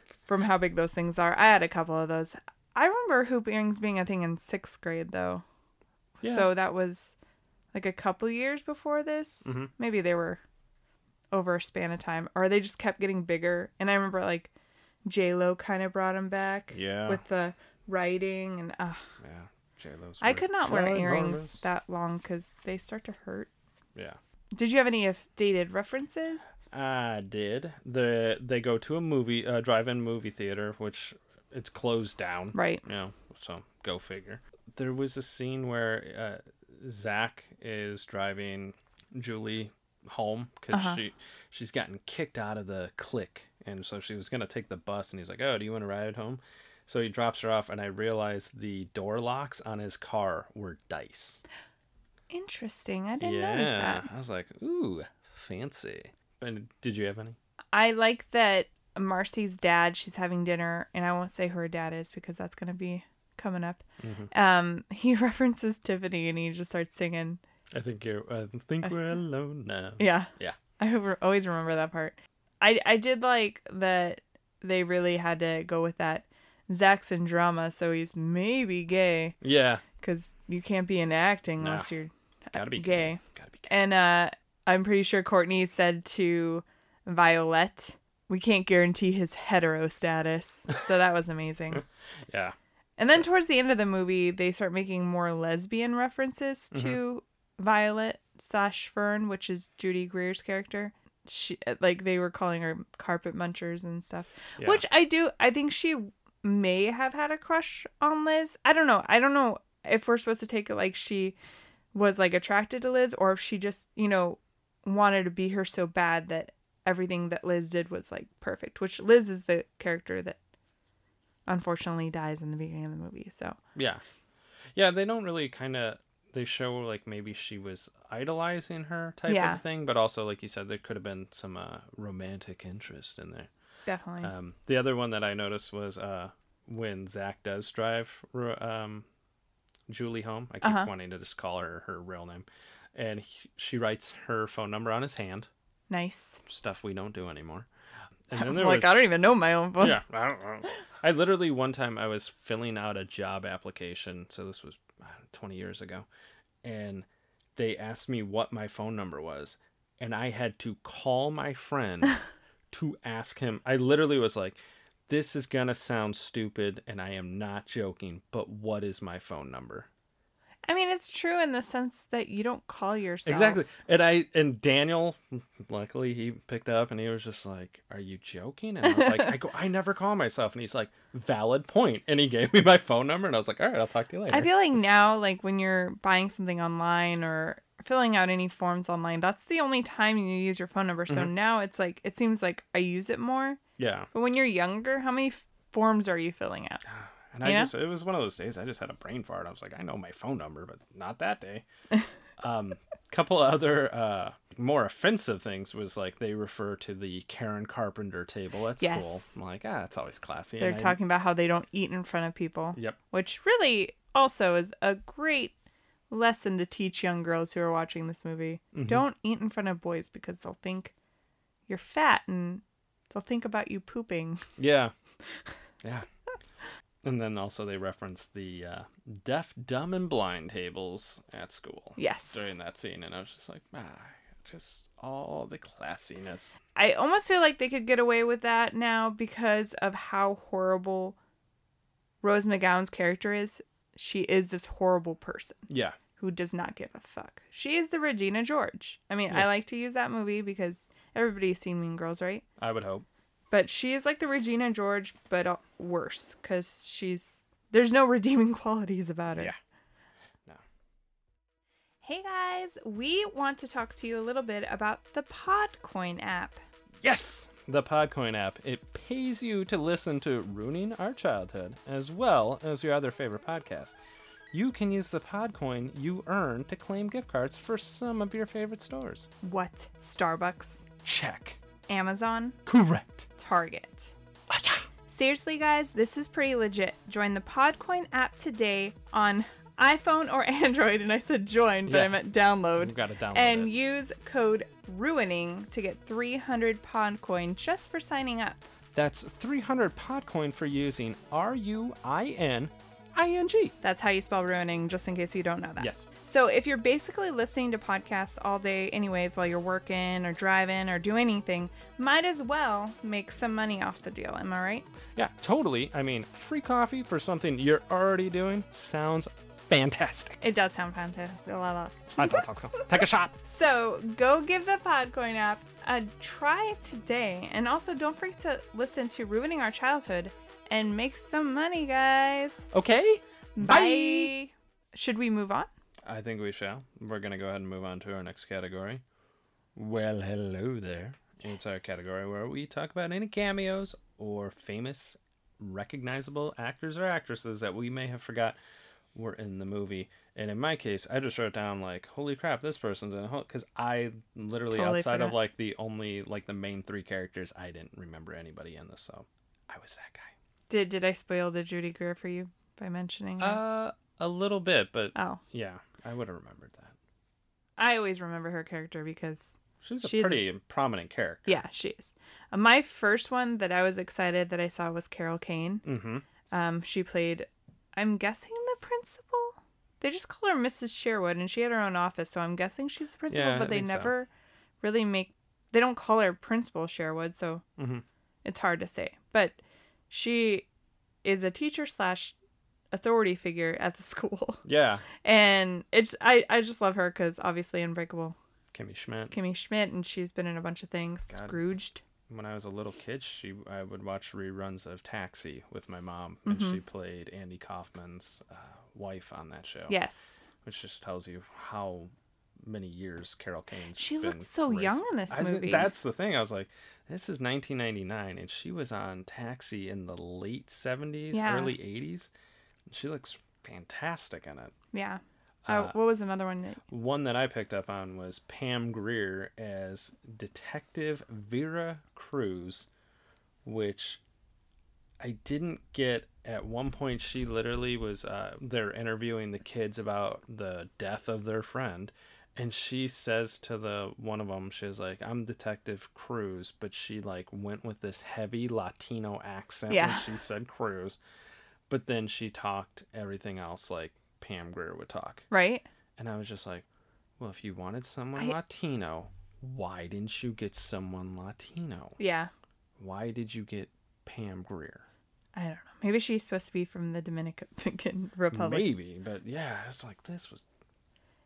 [SPEAKER 1] from how big those things are? I had a couple of those. I remember hoop earrings being a thing in sixth grade, though.
[SPEAKER 2] Yeah.
[SPEAKER 1] So that was like a couple years before this.
[SPEAKER 2] Mhm.
[SPEAKER 1] Maybe they were over a span of time, or they just kept getting bigger. And I remember like J Lo kind of brought them back.
[SPEAKER 2] Yeah.
[SPEAKER 1] With the writing and uh,
[SPEAKER 2] yeah. J Lo's.
[SPEAKER 1] I could not wear earrings that long because they start to hurt.
[SPEAKER 2] Yeah.
[SPEAKER 1] Did you have any if dated references?
[SPEAKER 2] I did. The they go to a movie, uh, drive-in movie theater, which it's closed down.
[SPEAKER 1] Right.
[SPEAKER 2] Yeah, so go figure. There was a scene where uh, Zach is driving Julie home because
[SPEAKER 1] Uh-huh.
[SPEAKER 2] she she's gotten kicked out of the clique, and so she was gonna take the bus, and he's like, "Oh, do you want to ride home?" So he drops her off, and I realized the door locks on his car were dice.
[SPEAKER 1] Interesting. I didn't
[SPEAKER 2] yeah,
[SPEAKER 1] notice that.
[SPEAKER 2] I was like, "Ooh, fancy." And did you have any?
[SPEAKER 1] I like that Marcy's dad, she's having dinner, and I won't say who her dad is because that's going to be coming up.
[SPEAKER 2] Mm-hmm.
[SPEAKER 1] Um, he references Tiffany and he just starts singing.
[SPEAKER 2] I think you're. I think we're alone now.
[SPEAKER 1] Yeah.
[SPEAKER 2] Mm-hmm. Yeah.
[SPEAKER 1] I hope- always remember that part. I, I did like that they really had to go with that. Zach's in drama, so he's maybe gay
[SPEAKER 2] Yeah,
[SPEAKER 1] because you can't be in acting
[SPEAKER 2] Nah.
[SPEAKER 1] unless you're
[SPEAKER 2] gotta be
[SPEAKER 1] Gay.
[SPEAKER 2] Gotta be gay.
[SPEAKER 1] And uh, I'm pretty sure Courtney said to Violet, we can't guarantee his hetero status. So that was amazing.
[SPEAKER 2] Yeah.
[SPEAKER 1] and then towards the end of the movie, they start making more lesbian references to Violet slash Fern, which is Judy Greer's character. She like they were calling her carpet munchers and stuff,
[SPEAKER 2] Yeah.
[SPEAKER 1] which I do. I think she may have had a crush on Liz. I don't know. I don't know if we're supposed to take it like she was like attracted to Liz or if she just, you know, wanted to be her so bad that everything that Liz did was like perfect, which Liz is the character that unfortunately dies in the beginning of the movie. So,
[SPEAKER 2] Yeah. Yeah, they don't really kind of they show like maybe she was idolizing her type
[SPEAKER 1] Yeah.
[SPEAKER 2] of thing, but also like you said there could have been some uh, romantic interest in there.
[SPEAKER 1] definitely.
[SPEAKER 2] Um the other one that I noticed was uh when Zach does drive ro- um Julie home. I keep
[SPEAKER 1] Uh-huh.
[SPEAKER 2] wanting to just call her her real name. And he, she writes her phone number on his hand,
[SPEAKER 1] nice.
[SPEAKER 2] stuff we don't do anymore. And
[SPEAKER 1] I'm like, I don't even know my own phone.
[SPEAKER 2] yeah, I don't know. I literally one time I was filling out a job application, so this was I don't know, 20 years ago, and they asked me what my phone number was, and I had to call my friend to ask him. I literally was like, "This is gonna sound stupid, and I am not joking, but what is my phone number?"
[SPEAKER 1] I mean, it's true in the sense that you don't call yourself
[SPEAKER 2] Exactly. And I and Daniel, luckily he picked up and he was just like, "Are you joking?" And I was like, "I go, I never call myself." And he's like, "Valid point." And he gave me my phone number and I was like, "All right, I'll talk to you later."
[SPEAKER 1] I feel like now, like when you're buying something online or filling out any forms online, that's the only time you use your phone number. So
[SPEAKER 2] Mm-hmm.
[SPEAKER 1] now it's like, it seems like I use it more.
[SPEAKER 2] yeah.
[SPEAKER 1] But when you're younger, how many f- forms are you filling out?
[SPEAKER 2] And I
[SPEAKER 1] Yeah.
[SPEAKER 2] just it was one of those days I just had a brain fart. I was like, I know my phone number, but not that day. um couple other uh more offensive things was like they refer to the Karen Carpenter table at school.
[SPEAKER 1] Yes.
[SPEAKER 2] I'm like, ah, it's always classy.
[SPEAKER 1] They're
[SPEAKER 2] and I-
[SPEAKER 1] talking about how they don't eat in front of people,
[SPEAKER 2] Yep.
[SPEAKER 1] which really also is a great lesson to teach young girls who are watching this movie. Don't eat in front of boys because they'll think you're fat and they'll think about you pooping.
[SPEAKER 2] Yeah. Yeah. and then also they reference the uh, deaf, dumb, and blind tables at school
[SPEAKER 1] Yes.
[SPEAKER 2] during that scene. And I was just like, ah, just all the classiness.
[SPEAKER 1] I almost feel like they could get away with that now because of how horrible Rose McGowan's character is. She is this horrible person
[SPEAKER 2] Yeah.
[SPEAKER 1] who does not give a fuck. She is the Regina George. I mean, I like to use that movie because everybody's seen Mean Girls, right?
[SPEAKER 2] I would hope.
[SPEAKER 1] But she is like the Regina George, but uh, worse because she's there's no redeeming qualities about her.
[SPEAKER 2] Yeah. No.
[SPEAKER 1] Hey guys, we want to talk to you a little bit about the Podcoin app.
[SPEAKER 2] Yes! The Podcoin app. It pays you to listen to Ruining Our Childhood as well as your other favorite podcasts. You can use the Podcoin you earn to claim gift cards for some of your favorite stores.
[SPEAKER 1] What? Starbucks,
[SPEAKER 2] Check.
[SPEAKER 1] Amazon,
[SPEAKER 2] Correct.
[SPEAKER 1] Target.
[SPEAKER 2] Ah-cha.
[SPEAKER 1] Seriously, guys, this is pretty legit. Join the Podcoin app today on iPhone or Android, and I said join, but
[SPEAKER 2] Yeah.
[SPEAKER 1] I meant download.
[SPEAKER 2] You gotta download
[SPEAKER 1] And
[SPEAKER 2] it.
[SPEAKER 1] use code RUINING to get 300 Podcoin just for signing up.
[SPEAKER 2] That's 300 Podcoin for using R U I N I N G.
[SPEAKER 1] That's how you spell ruining, just in case you don't know that.
[SPEAKER 2] Yes.
[SPEAKER 1] So if you're basically listening to podcasts all day, anyways, while you're working or driving or doing anything, might as well make some money off the deal. Am I right?
[SPEAKER 2] Yeah, totally. I mean, free coffee for something you're already doing sounds fantastic.
[SPEAKER 1] It does sound fantastic. La, la.
[SPEAKER 2] Take a shot.
[SPEAKER 1] So go give the Podcoin app a try today. And also don't forget to listen to Ruining Our Childhood and make some money, guys.
[SPEAKER 2] Okay?
[SPEAKER 1] Bye. Should we move on?
[SPEAKER 2] I think we shall. We're going to go ahead and move on to our next category. Well, hello there. It's our category where we talk about any cameos or famous, recognizable actors or actresses that we may have forgot were in the movie. And in my case, I just wrote down like, "Holy crap, this person's in a because I literally
[SPEAKER 1] Totally
[SPEAKER 2] outside of
[SPEAKER 1] forgot.
[SPEAKER 2] like the only like the main three characters, I didn't remember anybody in this. So I was that guy.
[SPEAKER 1] Did did I spoil the Judy Greer for you by mentioning her?
[SPEAKER 2] Uh, a little bit, but
[SPEAKER 1] Oh,
[SPEAKER 2] yeah, I would have remembered that.
[SPEAKER 1] I always remember her character because
[SPEAKER 2] She's a
[SPEAKER 1] She's a-
[SPEAKER 2] pretty prominent character.
[SPEAKER 1] yeah, she is. Uh, My first one that I was excited that I saw was Carol Kane.
[SPEAKER 2] Mm-hmm.
[SPEAKER 1] Um, she played, I'm guessing the principal. They just call her Mrs. Sherwood, and she had her own office, so I'm guessing she's the principal.
[SPEAKER 2] Yeah, I
[SPEAKER 1] but they
[SPEAKER 2] think so.
[SPEAKER 1] never really make. They don't call her Principal Sherwood, so
[SPEAKER 2] Mhm.
[SPEAKER 1] it's hard to say. But she is a teacher slash authority figure at the school,
[SPEAKER 2] Yeah.
[SPEAKER 1] and it's I I just love her because obviously Unbreakable.
[SPEAKER 2] Kimmy Schmidt.
[SPEAKER 1] Kimmy Schmidt, and she's been in a bunch of things.
[SPEAKER 2] God.
[SPEAKER 1] Scrooged.
[SPEAKER 2] When I was a little kid, she I would watch reruns of Taxi with my mom, and
[SPEAKER 1] Mm-hmm.
[SPEAKER 2] she played Andy Kaufman's uh, wife on that show.
[SPEAKER 1] Yes.
[SPEAKER 2] Which just tells you how many years Carol Kane's.
[SPEAKER 1] She
[SPEAKER 2] been
[SPEAKER 1] looked so young
[SPEAKER 2] raised-
[SPEAKER 1] in this
[SPEAKER 2] I was-
[SPEAKER 1] movie.
[SPEAKER 2] That's the thing. I was like, this is 1999, and she was on Taxi in the late 70s,
[SPEAKER 1] Yeah.
[SPEAKER 2] early 80s. She looks fantastic in it.
[SPEAKER 1] Yeah.
[SPEAKER 2] Uh,
[SPEAKER 1] oh, what was another one? That,
[SPEAKER 2] One that I picked up on was Pam Greer as Detective Vera Cruz, which I didn't get. At one point, she literally was. Uh, they're interviewing the kids about the death of their friend, and she says to the one of them, "She's like, I'm Detective Cruz," but she like went with this heavy Latino accent
[SPEAKER 1] Yeah.
[SPEAKER 2] when she said Cruz, but then she talked everything else like Pam Greer would talk.
[SPEAKER 1] right?
[SPEAKER 2] And I was just like, well, if you wanted someone
[SPEAKER 1] I-
[SPEAKER 2] Latino, why didn't you get someone Latino?
[SPEAKER 1] Yeah.
[SPEAKER 2] Why did you get Pam Greer?
[SPEAKER 1] I don't know. Maybe she's supposed to be from the Dominican Republic.
[SPEAKER 2] Maybe, but yeah, it's like this was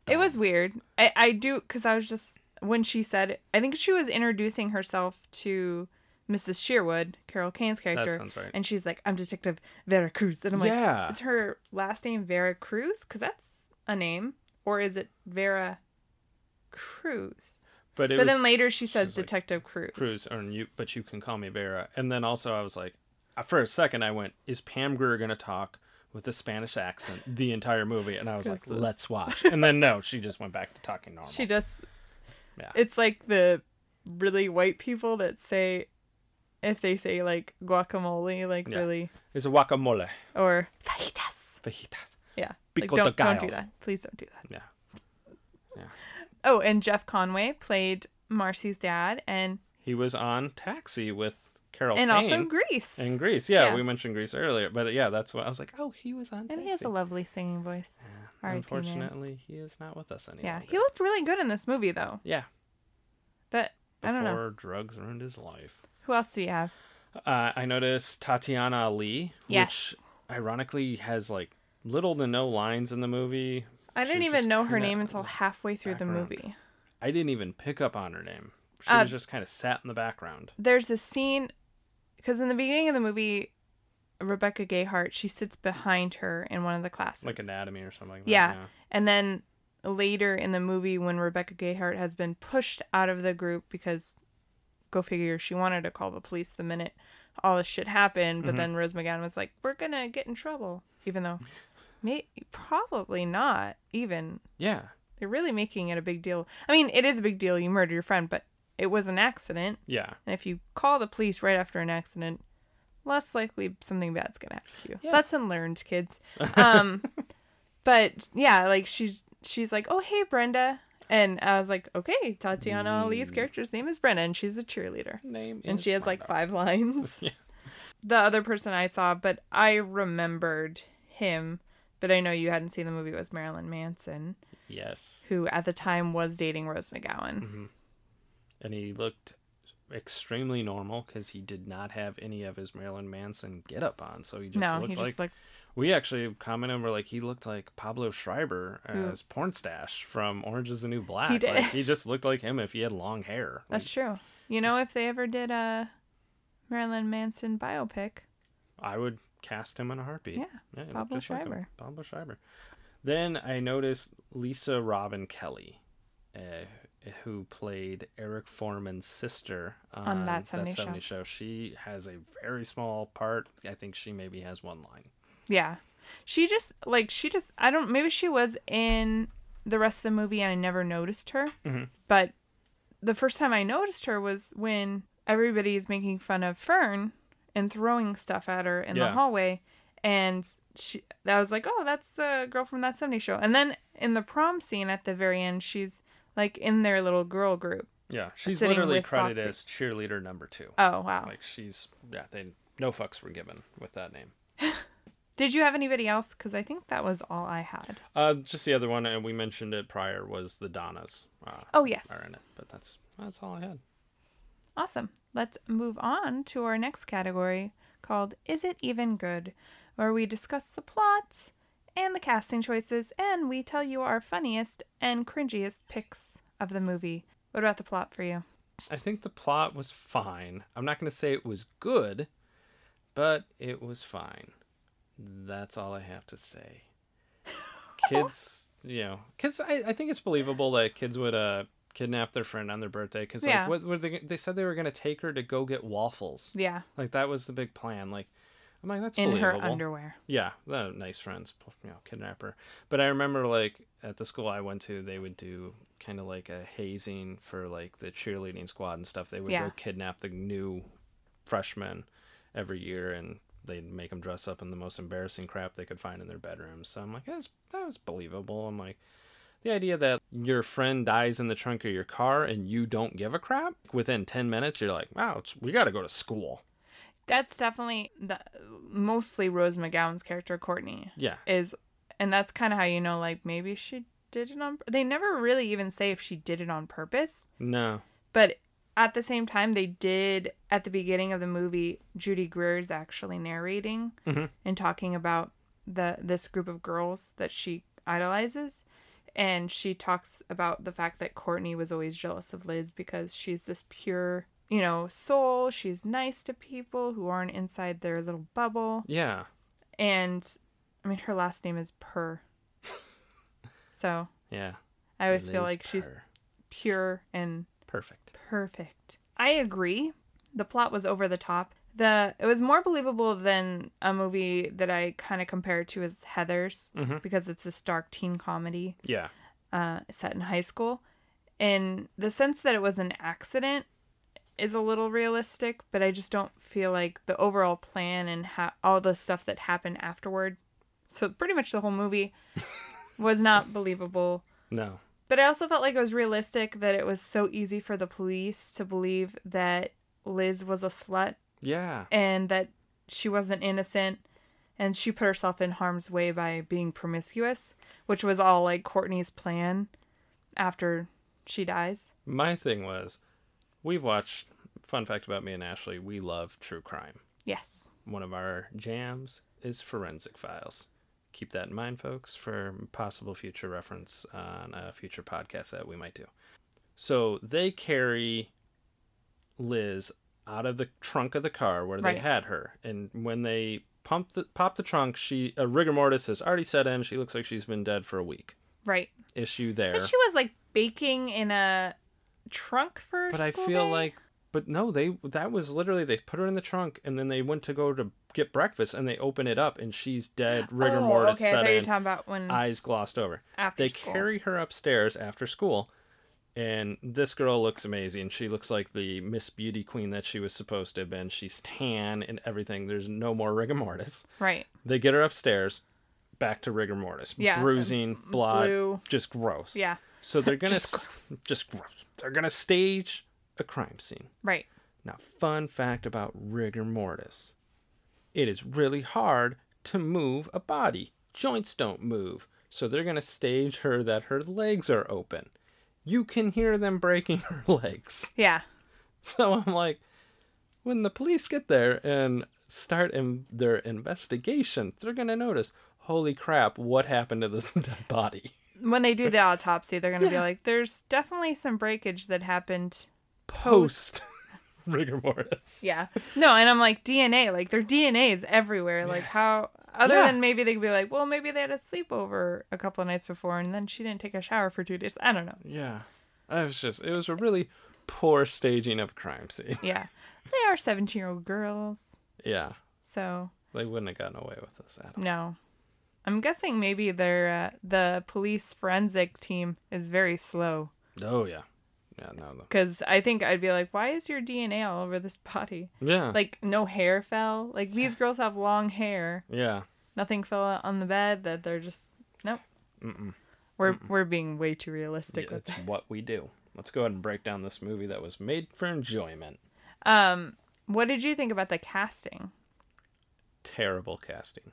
[SPEAKER 1] It was weird. I, I do because I was just when she said I think she was introducing herself to Mrs. Shearwood, Carol Kane's character.
[SPEAKER 2] sounds right.
[SPEAKER 1] And she's like, I'm Detective Vera Cruz. And I'm like,
[SPEAKER 2] Yeah.
[SPEAKER 1] is her last name Vera Cruz? Because that's a name. Or is it Vera Cruz?
[SPEAKER 2] but it
[SPEAKER 1] but
[SPEAKER 2] was
[SPEAKER 1] then later she says
[SPEAKER 2] she's like,
[SPEAKER 1] Detective Cruz.
[SPEAKER 2] Cruz or you but you can call me Vera. And then also I was like uh, for a second I went, is Pam Grier gonna talk with a Spanish accent the entire movie? And I was like,
[SPEAKER 1] This is-
[SPEAKER 2] let's watch. And then no, she just went back to talking normal.
[SPEAKER 1] She just.
[SPEAKER 2] Yeah.
[SPEAKER 1] It's like the really white people that say, if they say like guacamole, like
[SPEAKER 2] Yeah.
[SPEAKER 1] really,
[SPEAKER 2] It's a guacamole.
[SPEAKER 1] or fajitas.
[SPEAKER 2] Fajitas.
[SPEAKER 1] Yeah. Like,
[SPEAKER 2] Pico de
[SPEAKER 1] don't, don't do
[SPEAKER 2] gallo.
[SPEAKER 1] that. Please don't do that.
[SPEAKER 2] Yeah.
[SPEAKER 1] Oh, and Jeff Conway played Marcy's dad and
[SPEAKER 2] He was on taxi with Carol
[SPEAKER 1] and
[SPEAKER 2] Oh, Kane
[SPEAKER 1] also Grease.
[SPEAKER 2] in Greece. Yeah,
[SPEAKER 1] Yeah.
[SPEAKER 2] we mentioned Greece earlier. But yeah, that's what I was like, oh he was on
[SPEAKER 1] And
[SPEAKER 2] taxi.
[SPEAKER 1] he has a lovely singing voice.
[SPEAKER 2] Yeah,
[SPEAKER 1] R.I.P. man.
[SPEAKER 2] Unfortunately, he is not with us anymore.
[SPEAKER 1] Yeah, he looked really good in this movie, though.
[SPEAKER 2] yeah.
[SPEAKER 1] That I
[SPEAKER 2] Before
[SPEAKER 1] don't know.
[SPEAKER 2] drugs ruined his life.
[SPEAKER 1] Who else do you have?
[SPEAKER 2] Uh, I noticed Tatiana Ali,
[SPEAKER 1] Yes.
[SPEAKER 2] which ironically has like little to no lines in the movie.
[SPEAKER 1] I
[SPEAKER 2] She
[SPEAKER 1] didn't
[SPEAKER 2] was
[SPEAKER 1] even
[SPEAKER 2] just
[SPEAKER 1] know her
[SPEAKER 2] kinda-
[SPEAKER 1] name until halfway through the
[SPEAKER 2] background.
[SPEAKER 1] movie.
[SPEAKER 2] I didn't even pick up on her name. She
[SPEAKER 1] Uh,
[SPEAKER 2] was just kind of sat in the background.
[SPEAKER 1] There's a scene because in the beginning of the movie, Rebecca Gayhart she sits behind her in one of the classes.
[SPEAKER 2] Like anatomy or something like that.
[SPEAKER 1] Yeah. And then later in the movie, when Rebecca Gayhart has been pushed out of the group because, go figure, she wanted to call the police the minute all this shit happened. But then Rose McGowan was like, "We're gonna get in trouble," even though, may probably not. Even
[SPEAKER 2] Yeah.
[SPEAKER 1] they're really making it a big deal. I mean, it is a big deal. You murder your friend, but it was an accident,
[SPEAKER 2] Yeah.
[SPEAKER 1] and if you call the police right after an accident. Less likely something bad's gonna happen to you.
[SPEAKER 2] Yeah.
[SPEAKER 1] Lesson learned, kids um but yeah like she's she's like oh hey brenda and i was like okay tatiana ali's character's name is brenda and she's a cheerleader
[SPEAKER 2] Name.
[SPEAKER 1] and
[SPEAKER 2] Mm. is
[SPEAKER 1] she has like
[SPEAKER 2] Brenda.
[SPEAKER 1] five lines
[SPEAKER 2] Yeah.
[SPEAKER 1] the other person i saw but i remembered him but i know you hadn't seen the movie was marilyn manson
[SPEAKER 2] Yes.
[SPEAKER 1] who at the time was dating rose mcgowan
[SPEAKER 2] And he looked extremely normal because he did not have any of his Marilyn Manson get up on. So he just
[SPEAKER 1] no
[SPEAKER 2] looked
[SPEAKER 1] he
[SPEAKER 2] like
[SPEAKER 1] just looked
[SPEAKER 2] We actually commented and were like, he looked like Pablo Schreiber as Pornstache from Orange is the New Black.
[SPEAKER 1] He did.
[SPEAKER 2] Like, he just looked like him if he had long hair. Like,
[SPEAKER 1] that's true you know if they ever did a marilyn manson biopic
[SPEAKER 2] I would cast him in a heartbeat.
[SPEAKER 1] Yeah,
[SPEAKER 2] he looked
[SPEAKER 1] Pablo
[SPEAKER 2] just like him.
[SPEAKER 1] Schreiber.
[SPEAKER 2] Pablo Schreiber. Then I noticed Lisa Robin Kelly, uh, who played Eric Foreman's sister on,
[SPEAKER 1] That 70 Show.
[SPEAKER 2] 70 show. She has a very small part. I think she maybe has one line.
[SPEAKER 1] Yeah. She just like she just I don't maybe she was in the rest of the movie and I never noticed her.
[SPEAKER 2] Mhm.
[SPEAKER 1] But the first time I noticed her was when everybody is making fun of Fern and throwing stuff at her in the
[SPEAKER 2] Yeah.
[SPEAKER 1] hallway and she I was like, "Oh, that's the girl from that 70 show." And then in the prom scene at the very end, she's like in their little girl group.
[SPEAKER 2] Yeah, she's
[SPEAKER 1] Sitting
[SPEAKER 2] literally
[SPEAKER 1] with
[SPEAKER 2] credited
[SPEAKER 1] Foxy.
[SPEAKER 2] as cheerleader number two.
[SPEAKER 1] Oh, wow.
[SPEAKER 2] Like she's yeah, they no fucks were given with that name.
[SPEAKER 1] Did you have anybody else cuz I think that was all I had.
[SPEAKER 2] Uh, just the other one, and we mentioned it prior was the Donnas. Uh,
[SPEAKER 1] Oh, yes.
[SPEAKER 2] are in it, but that's that's all I had.
[SPEAKER 1] Awesome. Let's move on to our next category called Is It Even Good? where we discuss the plot and the casting choices and we tell you our funniest and cringiest picks of the movie. What about the plot for you?
[SPEAKER 2] I think the plot was fine. I'm not gonna say it was good, but it was fine. That's all I have to say. Kids, you know, because I, I think it's believable that kids would uh kidnap their friend on their birthday because like
[SPEAKER 1] Yeah.
[SPEAKER 2] what were they they said they were gonna take her to go get waffles.
[SPEAKER 1] Yeah,
[SPEAKER 2] Like that was the big plan. Like I'm like that's
[SPEAKER 1] in
[SPEAKER 2] believable.
[SPEAKER 1] her underwear.
[SPEAKER 2] Yeah, the nice friends, you know, kidnapper. But I remember like at the school I went to, they would do kind of like a hazing for like the cheerleading squad and stuff. They would
[SPEAKER 1] Yeah.
[SPEAKER 2] go kidnap the new freshmen every year and they'd make them dress up in the most embarrassing crap they could find in their bedrooms. So I'm like, that's that was believable. I'm like the idea that your friend dies in the trunk of your car and you don't give a crap within 10 minutes you're like wow it's, we got to go to school
[SPEAKER 1] That's definitely the mostly Rose McGowan's character Courtney
[SPEAKER 2] yeah
[SPEAKER 1] is and that's kind of how you know like maybe she did it on they never really even say if she did it on purpose,
[SPEAKER 2] no
[SPEAKER 1] but at the same time, they did at the beginning of the movie. Judy Greer's actually narrating
[SPEAKER 2] Mhm.
[SPEAKER 1] and talking about the this group of girls that she idolizes, and she talks about the fact that Courtney was always jealous of Liz because she's this pure, you know, soul. She's nice to people who aren't inside their little bubble,
[SPEAKER 2] Yeah.
[SPEAKER 1] and I mean, her last name is Per, so
[SPEAKER 2] Yeah.
[SPEAKER 1] I always feel
[SPEAKER 2] Liz
[SPEAKER 1] like she's
[SPEAKER 2] Purr.
[SPEAKER 1] pure and
[SPEAKER 2] perfect.
[SPEAKER 1] perfect. I agree. The plot was over the top. The it was more believable than a movie that I kind of compare it to as Heather's
[SPEAKER 2] Mhm.
[SPEAKER 1] because it's this dark teen comedy
[SPEAKER 2] Yeah.
[SPEAKER 1] uh, set in high school. And the sense that it was an accident is a little realistic, but I just don't feel like the overall plan and ha- all the stuff that happened afterward. So pretty much the whole movie was not believable.
[SPEAKER 2] No.
[SPEAKER 1] But I also felt like it was realistic that it was so easy for the police to believe that Liz was a slut
[SPEAKER 2] Yeah.
[SPEAKER 1] and that she wasn't innocent and she put herself in harm's way by being promiscuous, which was all like Courtney's plan after she dies.
[SPEAKER 2] My thing was, we've watched. Fun fact about me and Ashley: we love true crime.
[SPEAKER 1] Yes.
[SPEAKER 2] One of our jams is Forensic Files. Keep that in mind, folks, for possible future reference on a future podcast that we might do. So they carry Liz out of the trunk of the car where
[SPEAKER 1] Right.
[SPEAKER 2] they had her, and when they pump the pop the trunk, she a rigor mortis has already set in. She looks like she's been dead for a week.
[SPEAKER 1] Right.
[SPEAKER 2] Issue there.
[SPEAKER 1] But she was like baking in a trunk for
[SPEAKER 2] But I
[SPEAKER 1] school
[SPEAKER 2] feel
[SPEAKER 1] day?
[SPEAKER 2] like, but no, they that was literally they put her in the trunk and then they went to go to get breakfast and they open it up and she's dead, rigor
[SPEAKER 1] oh,
[SPEAKER 2] mortis
[SPEAKER 1] Okay, I
[SPEAKER 2] set
[SPEAKER 1] thought you were
[SPEAKER 2] in,
[SPEAKER 1] talking about when
[SPEAKER 2] eyes glossed over.
[SPEAKER 1] after
[SPEAKER 2] They
[SPEAKER 1] school.
[SPEAKER 2] carry her upstairs after school, and this girl looks amazing. She looks like the Miss Beauty Queen that she was supposed to have been. She's tan and everything. There's no more rigor mortis.
[SPEAKER 1] right.
[SPEAKER 2] They get her upstairs, back to rigor mortis,
[SPEAKER 1] Yeah,
[SPEAKER 2] bruising, blood,
[SPEAKER 1] blue.
[SPEAKER 2] just gross.
[SPEAKER 1] Yeah.
[SPEAKER 2] So they're gonna
[SPEAKER 1] Just
[SPEAKER 2] s- just gross. They're gonna stage a crime scene.
[SPEAKER 1] Right.
[SPEAKER 2] Now, fun fact about rigor mortis. It is really hard to move a body. Joints don't move. So they're going to stage her that her legs are open. You can hear them breaking her legs.
[SPEAKER 1] Yeah.
[SPEAKER 2] So I'm like, when the police get there and start in their investigation, they're going to notice, holy crap, what happened to this dead body?
[SPEAKER 1] when they do the autopsy, they're gonna be like, "There's definitely some breakage that happened."
[SPEAKER 2] Post rigor mortis.
[SPEAKER 1] Yeah. No, and I'm like DNA. Like their DNA is everywhere. Like how? Other
[SPEAKER 2] Yeah.
[SPEAKER 1] than maybe they could be like, "Well, maybe they had a sleepover a couple of nights before, and then she didn't take a shower for two days." I don't know.
[SPEAKER 2] Yeah. I was just, it was a really poor staging of a crime scene.
[SPEAKER 1] Yeah, they are 17 year old girls,
[SPEAKER 2] Yeah.
[SPEAKER 1] so
[SPEAKER 2] They wouldn't have gotten away with this at all.
[SPEAKER 1] no. I'm guessing maybe their uh, the police forensic team is very slow
[SPEAKER 2] Oh yeah. Yeah, no. no.
[SPEAKER 1] because I think I'd be like, "Why is your DNA all over this body?"
[SPEAKER 2] Yeah.
[SPEAKER 1] Like no hair fell. Like these girls have long hair.
[SPEAKER 2] yeah.
[SPEAKER 1] nothing fell out on the bed that they're just nope
[SPEAKER 2] Mm-mm.
[SPEAKER 1] we're we're being way too
[SPEAKER 2] Yeah,
[SPEAKER 1] realistic with
[SPEAKER 2] That's what we do. Let's go ahead and break down this movie that was made for enjoyment.
[SPEAKER 1] um what did you think about the casting
[SPEAKER 2] Terrible casting.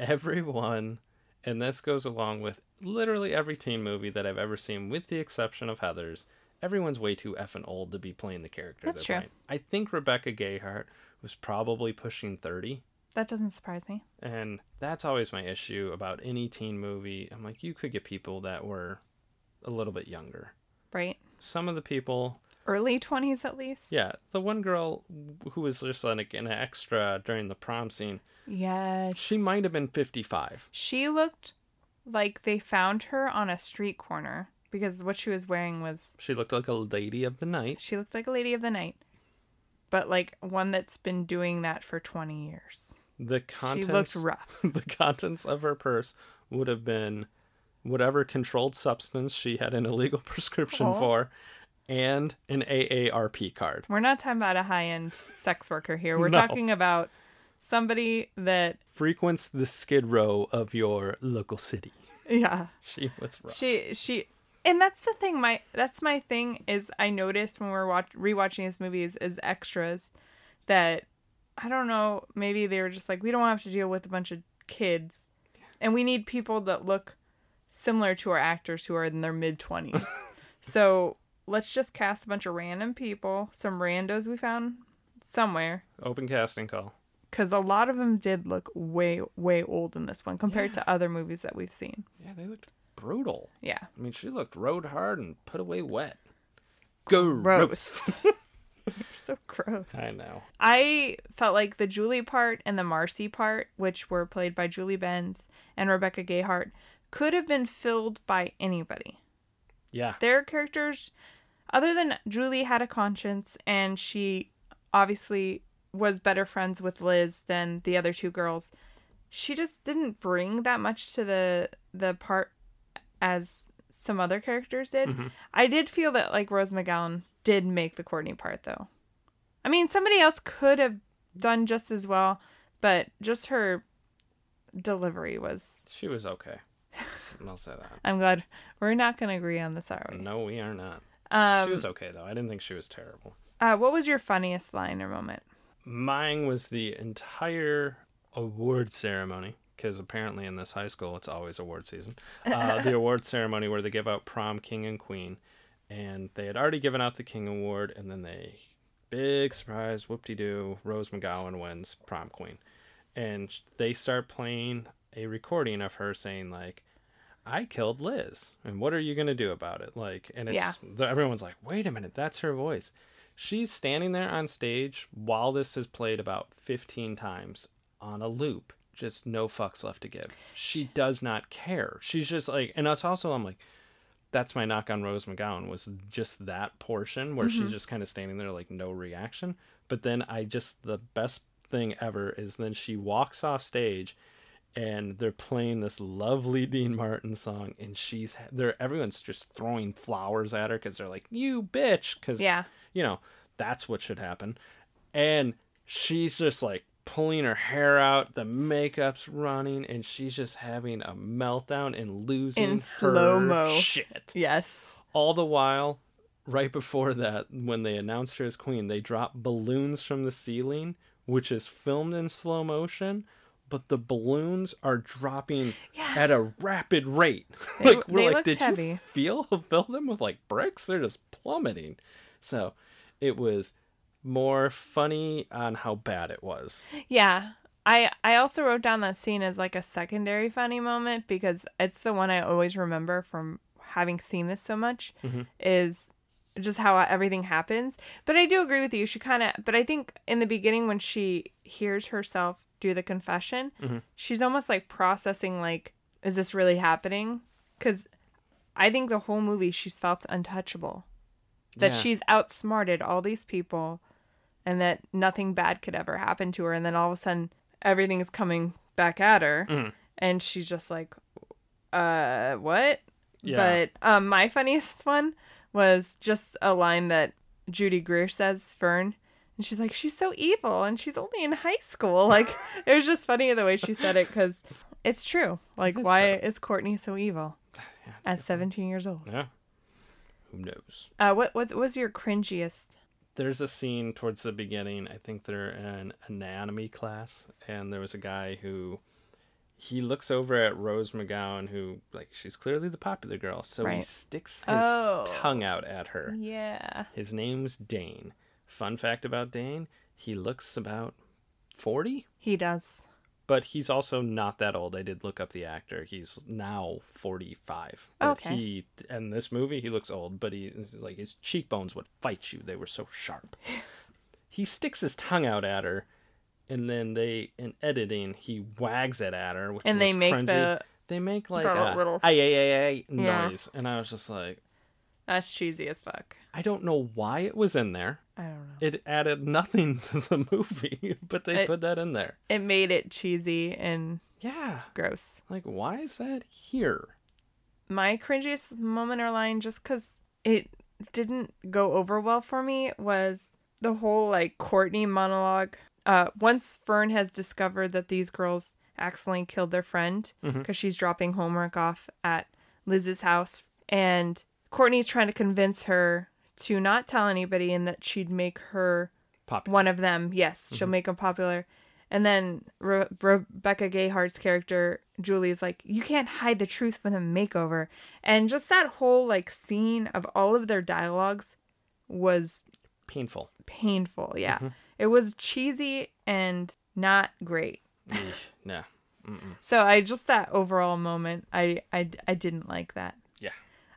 [SPEAKER 2] Everyone, and this goes along with literally every teen movie that I've ever seen, with the exception of Heather's. Everyone's way too effing old to be playing the character.
[SPEAKER 1] That's
[SPEAKER 2] they're
[SPEAKER 1] true.
[SPEAKER 2] playing. I think Rebecca Gayheart was probably pushing thirty.
[SPEAKER 1] that doesn't surprise me
[SPEAKER 2] And that's always my issue about any teen movie. I'm like, you could get people that were a little bit younger.
[SPEAKER 1] right
[SPEAKER 2] Some of the people,
[SPEAKER 1] early 20s at least
[SPEAKER 2] yeah, the one girl who was just like an extra during the prom scene,
[SPEAKER 1] yes
[SPEAKER 2] she might have been 55.
[SPEAKER 1] she looked like they found her on a street corner because what she was wearing was
[SPEAKER 2] She looked like a lady of the night.
[SPEAKER 1] she looked like a lady of the night but like one that's been doing that for 20 years
[SPEAKER 2] The contents,
[SPEAKER 1] she looked rough
[SPEAKER 2] the contents of her purse would have been whatever controlled substance she had an illegal prescription
[SPEAKER 1] Aw.
[SPEAKER 2] for, and an AARP card.
[SPEAKER 1] we're not talking about a high-end sex worker here we're
[SPEAKER 2] No.
[SPEAKER 1] talking about somebody that
[SPEAKER 2] Frequents the skid row of your local city.
[SPEAKER 1] yeah
[SPEAKER 2] She was rough.
[SPEAKER 1] she she and that's the thing my that's my thing is i noticed when we're watch, rewatching these movies is extras that i don't know maybe they were just like we don't have to deal with a bunch of kids and we need people that look similar to our actors who are in their mid 20s so let's just cast a bunch of random people, some randos we found somewhere,
[SPEAKER 2] Open casting call.
[SPEAKER 1] because a lot of them did look way, way old in this one compared to other movies that we've seen.
[SPEAKER 2] Yeah, they looked brutal.
[SPEAKER 1] Yeah.
[SPEAKER 2] I mean, she looked rode hard and put away wet. Gross.
[SPEAKER 1] Gross. You're so gross.
[SPEAKER 2] I know.
[SPEAKER 1] I felt like the Julie part and the Marcy part, which were played by Julie Benz and Rebecca Gayhart, could have been filled by anybody.
[SPEAKER 2] Yeah.
[SPEAKER 1] Their characters, other than Julie, had a conscience, and she obviously was better friends with Liz than the other two girls. She just didn't bring that much to the the part as some other characters did. I did feel that like Rose McGowan did make the Courtney part though. I mean, somebody else could have done just as well, but just her delivery was.
[SPEAKER 2] She was okay. I'll say that.
[SPEAKER 1] I'm glad we're not going to agree on this, are we?
[SPEAKER 2] No, we are not.
[SPEAKER 1] Um,
[SPEAKER 2] she was okay, though. I didn't think she was terrible.
[SPEAKER 1] Uh, what was your funniest line or moment?
[SPEAKER 2] Mine was the entire award ceremony, because apparently in this high school, it's always award season. Uh, the award ceremony where they give out prom king and queen. And they had already given out the king award, and then they, big surprise, whoop de doo, Rose McGowan wins prom queen. And sh- they start playing a recording of her saying, like, I killed Liz, and what are you gonna do about it? Like, and it's th- everyone's like, wait a minute, that's her voice. She's standing there on stage while this is played about 15 times on a loop, just no fucks left to give. She does not care. She's just like, and it's also, I'm like, that's my knock on Rose McGowan was just that portion where
[SPEAKER 1] Mm-hmm.
[SPEAKER 2] she's just kind of standing there like no reaction. But then I just the best thing ever is then she walks off stage and they're playing this lovely Dean Martin song and she's there everyone's just throwing flowers at her cuz they're like you bitch cuz
[SPEAKER 1] Yeah.
[SPEAKER 2] you know that's what should happen. And she's just like pulling her hair out, the makeup's running and she's just having a meltdown and losing her
[SPEAKER 1] slow-mo.
[SPEAKER 2] shit.
[SPEAKER 1] Yes.
[SPEAKER 2] All the while, right before that, when they announced her as queen, they dropped balloons from the ceiling, which is filmed in slow motion, but the balloons are dropping at a rapid rate.
[SPEAKER 1] They-
[SPEAKER 2] like we're
[SPEAKER 1] they
[SPEAKER 2] like,
[SPEAKER 1] looked
[SPEAKER 2] did
[SPEAKER 1] heavy."
[SPEAKER 2] you feel fill them with like bricks? They're just plummeting. So it was more funny on how bad it was.
[SPEAKER 1] Yeah. I I also wrote down that scene as like a secondary funny moment because it's the one I always remember from having seen this so much is just how everything happens. But I do agree with you. She kind of but I think in the beginning when she hears herself do the confession, she's almost like processing like is this really happening? Cuz I think the whole movie she's felt untouchable. that
[SPEAKER 2] Yeah.
[SPEAKER 1] she's outsmarted all these people and that nothing bad could ever happen to her and then all of a sudden everything is coming back at her and she's just like uh what
[SPEAKER 2] Yeah.
[SPEAKER 1] but um my funniest one was just a line that judy greer says fern and she's like she's so evil and she's only in high school like it was just funny the way she said it because it's true like
[SPEAKER 2] is
[SPEAKER 1] why is courtney so evil
[SPEAKER 2] Yeah, it's-
[SPEAKER 1] at 17 years old
[SPEAKER 2] yeah. Who knows?
[SPEAKER 1] uh what what was your cringiest
[SPEAKER 2] there's a scene towards the beginning. I think they're in an anatomy class, and there was a guy who he looks over at Rose McGowan, who like she's clearly the popular girl, so he
[SPEAKER 1] Right.
[SPEAKER 2] sticks his
[SPEAKER 1] Oh.
[SPEAKER 2] tongue out at her.
[SPEAKER 1] yeah
[SPEAKER 2] His name's Dane. Fun fact about Dane: he looks about forty,
[SPEAKER 1] He does.
[SPEAKER 2] but he's also not that old. I did look up the actor. He's now 45. But
[SPEAKER 1] Okay.
[SPEAKER 2] He in this movie he looks old, but he like his cheekbones would fight you. They were so sharp. he sticks his tongue out at her, and then they in editing he wags it at her, which
[SPEAKER 1] And they
[SPEAKER 2] was
[SPEAKER 1] make
[SPEAKER 2] cringy.
[SPEAKER 1] the-
[SPEAKER 2] they make like
[SPEAKER 1] the
[SPEAKER 2] a
[SPEAKER 1] little-
[SPEAKER 2] ay ay ay ay
[SPEAKER 1] Yeah.
[SPEAKER 2] noise, and I was just like,
[SPEAKER 1] That's cheesy as fuck.
[SPEAKER 2] I don't know why it was in there.
[SPEAKER 1] I don't know.
[SPEAKER 2] It added nothing to the movie, but they
[SPEAKER 1] It-
[SPEAKER 2] put that in there.
[SPEAKER 1] It made it cheesy and
[SPEAKER 2] Yeah,
[SPEAKER 1] gross.
[SPEAKER 2] like why is that here?
[SPEAKER 1] My cringiest moment or line, just because it didn't go over well for me, was the whole like Courtney monologue. Uh, once Fern has discovered that these girls accidentally killed their friend because she's dropping homework off at Liz's house, and Courtney's trying to convince her to not tell anybody and that she'd make her
[SPEAKER 2] Popular. Mm-hmm.
[SPEAKER 1] one of them. Yes, she'll make them popular. And then Re- Rebecca Gayhart's character, Julie's like, you can't hide the truth with a makeover. And just that whole like scene of all of their dialogues was
[SPEAKER 2] Painful.
[SPEAKER 1] painful. Yeah.
[SPEAKER 2] Mm-hmm.
[SPEAKER 1] It was cheesy and not great.
[SPEAKER 2] Eesh, no. Mm-mm.
[SPEAKER 1] So I just that overall moment, I I, I didn't like that.
[SPEAKER 2] Yeah.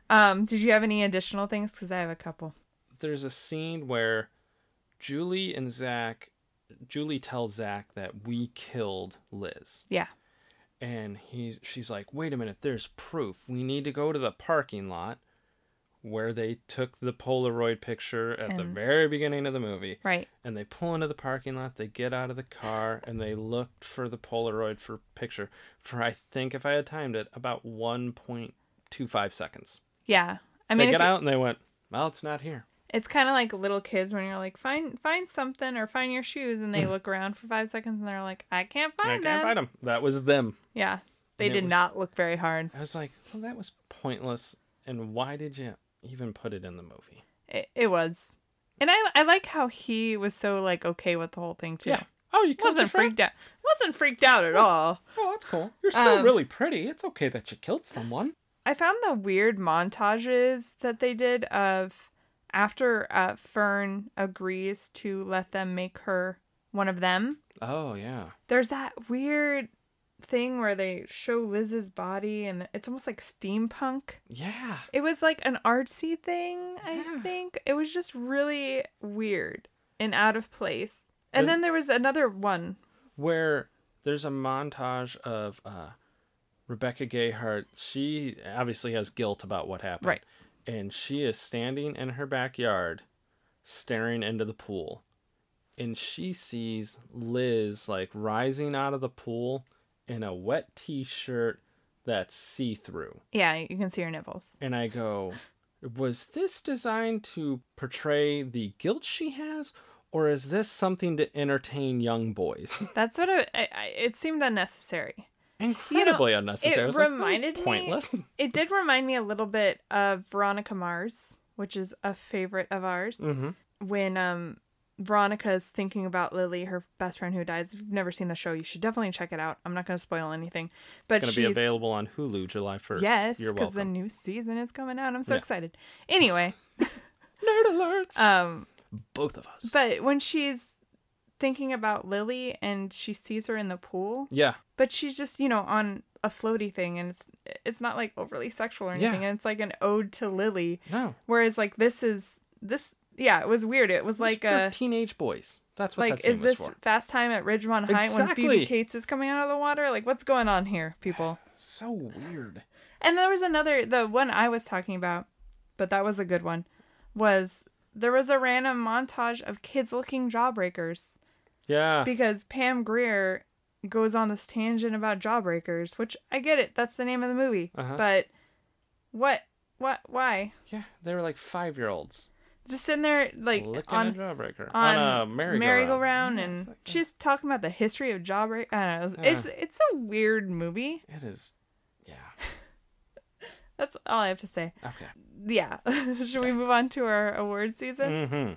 [SPEAKER 1] Um, did you have any additional things? Because I have a couple.
[SPEAKER 2] There's a scene where Julie and Zach, Julie tells Zach that we killed Liz.
[SPEAKER 1] Yeah.
[SPEAKER 2] and he's she's like wait a minute there's proof we need to go to the parking lot where they took the polaroid picture at the
[SPEAKER 1] And-
[SPEAKER 2] very beginning of the movie
[SPEAKER 1] Right.
[SPEAKER 2] and they pull into the parking lot they get out of the car and they looked for the polaroid for picture for i think if i had timed it about 1.25 seconds
[SPEAKER 1] Yeah. I mean,
[SPEAKER 2] they
[SPEAKER 1] if
[SPEAKER 2] get
[SPEAKER 1] you-
[SPEAKER 2] out and they went well it's not here
[SPEAKER 1] it's kind of like little kids when you're like, find find something or find your shoes, and they look around for five seconds and they're like, I can't
[SPEAKER 2] Mm. i
[SPEAKER 1] find
[SPEAKER 2] can't
[SPEAKER 1] them.
[SPEAKER 2] find them that was them
[SPEAKER 1] Yeah. They
[SPEAKER 2] And it
[SPEAKER 1] did
[SPEAKER 2] was-
[SPEAKER 1] not look very hard.
[SPEAKER 2] i was like well that was pointless and why did you even put it in the movie
[SPEAKER 1] It, it was, and I I like how he was so like okay with the whole thing too.
[SPEAKER 2] oh you killed your
[SPEAKER 1] Wasn't
[SPEAKER 2] friend?
[SPEAKER 1] freaked out. Wasn't freaked out at all.
[SPEAKER 2] Oh, that's cool. You're still
[SPEAKER 1] Um,
[SPEAKER 2] really pretty. It's okay that you killed someone.
[SPEAKER 1] I found the weird montages that they did of after uh, Fern agrees to let them make her one of them.
[SPEAKER 2] Oh yeah.
[SPEAKER 1] There's that weird thing where they show Liz's body and it's almost like steampunk.
[SPEAKER 2] Yeah.
[SPEAKER 1] It was like an artsy thing, I
[SPEAKER 2] Yeah.
[SPEAKER 1] think. It was just really weird and out of place. And
[SPEAKER 2] The-
[SPEAKER 1] then there was another one.
[SPEAKER 2] Where there's a montage of uh, Rebecca Gayhart. She obviously has guilt about what happened.
[SPEAKER 1] Right.
[SPEAKER 2] And she is standing in her backyard, staring into the pool, and she sees Liz like rising out of the pool in a wet T-shirt that's see-through.
[SPEAKER 1] Yeah, you can see her nipples.
[SPEAKER 2] and I go, was this designed to portray the guilt she has, or is this something to entertain young boys?
[SPEAKER 1] That's what I, I, I it seemed unnecessary.
[SPEAKER 2] Incredibly unnecessary. I
[SPEAKER 1] It
[SPEAKER 2] was like, that was
[SPEAKER 1] reminded
[SPEAKER 2] pointless.
[SPEAKER 1] me. It did remind me a little bit of Veronica Mars, which is a favorite of ours.
[SPEAKER 2] hmm
[SPEAKER 1] When um Veronica is thinking about Lily, her best friend who dies. If you've never seen the show, you should definitely check it out. I'm not going to spoil anything, but
[SPEAKER 2] It's going to
[SPEAKER 1] she's,
[SPEAKER 2] be available on Hulu July 1st.
[SPEAKER 1] Yes,
[SPEAKER 2] You're
[SPEAKER 1] because the
[SPEAKER 2] welcome.
[SPEAKER 1] new season is coming out. I'm so
[SPEAKER 2] Yeah.
[SPEAKER 1] excited. Anyway,
[SPEAKER 2] Nerd alerts.
[SPEAKER 1] um,
[SPEAKER 2] Both of us.
[SPEAKER 1] but when she's thinking about Lily and she sees her in the pool,
[SPEAKER 2] yeah.
[SPEAKER 1] but she's just you know on a floaty thing, and it's it's not like overly sexual or
[SPEAKER 2] Yeah.
[SPEAKER 1] anything, and it's like an ode to Lily.
[SPEAKER 2] No.
[SPEAKER 1] Whereas like this is this yeah, it was weird. It was
[SPEAKER 2] It was
[SPEAKER 1] like
[SPEAKER 2] for
[SPEAKER 1] a
[SPEAKER 2] teenage boys. That's what
[SPEAKER 1] like
[SPEAKER 2] that scene
[SPEAKER 1] is this
[SPEAKER 2] was for.
[SPEAKER 1] Fast Time at Ridgemont High when
[SPEAKER 2] Exactly.
[SPEAKER 1] Phoebe Cates is coming out of the water? Like what's going on here, people?
[SPEAKER 2] So weird.
[SPEAKER 1] And there was another, the one I was talking about, but that was a good one, was there was a random montage of kids looking jawbreakers
[SPEAKER 2] Yeah.
[SPEAKER 1] because Pam Greer goes on this tangent about jawbreakers, which I get it. That's the name of the movie.
[SPEAKER 2] Uh-huh.
[SPEAKER 1] But what, what, why?
[SPEAKER 2] yeah. They were like five year olds
[SPEAKER 1] Just sitting there, like,
[SPEAKER 2] looking
[SPEAKER 1] on.
[SPEAKER 2] at Jawbreaker.
[SPEAKER 1] on,
[SPEAKER 2] a
[SPEAKER 1] merry-go-round,
[SPEAKER 2] merry-go-round. Yeah,
[SPEAKER 1] and
[SPEAKER 2] it's like, yeah.
[SPEAKER 1] she's talking about the history of jawbreak. I don't know. It's,
[SPEAKER 2] Yeah.
[SPEAKER 1] it's it's a weird movie.
[SPEAKER 2] It is. Yeah.
[SPEAKER 1] That's all I have to say.
[SPEAKER 2] Okay.
[SPEAKER 1] Yeah. Should we move on to our award season?
[SPEAKER 2] Mm-hmm.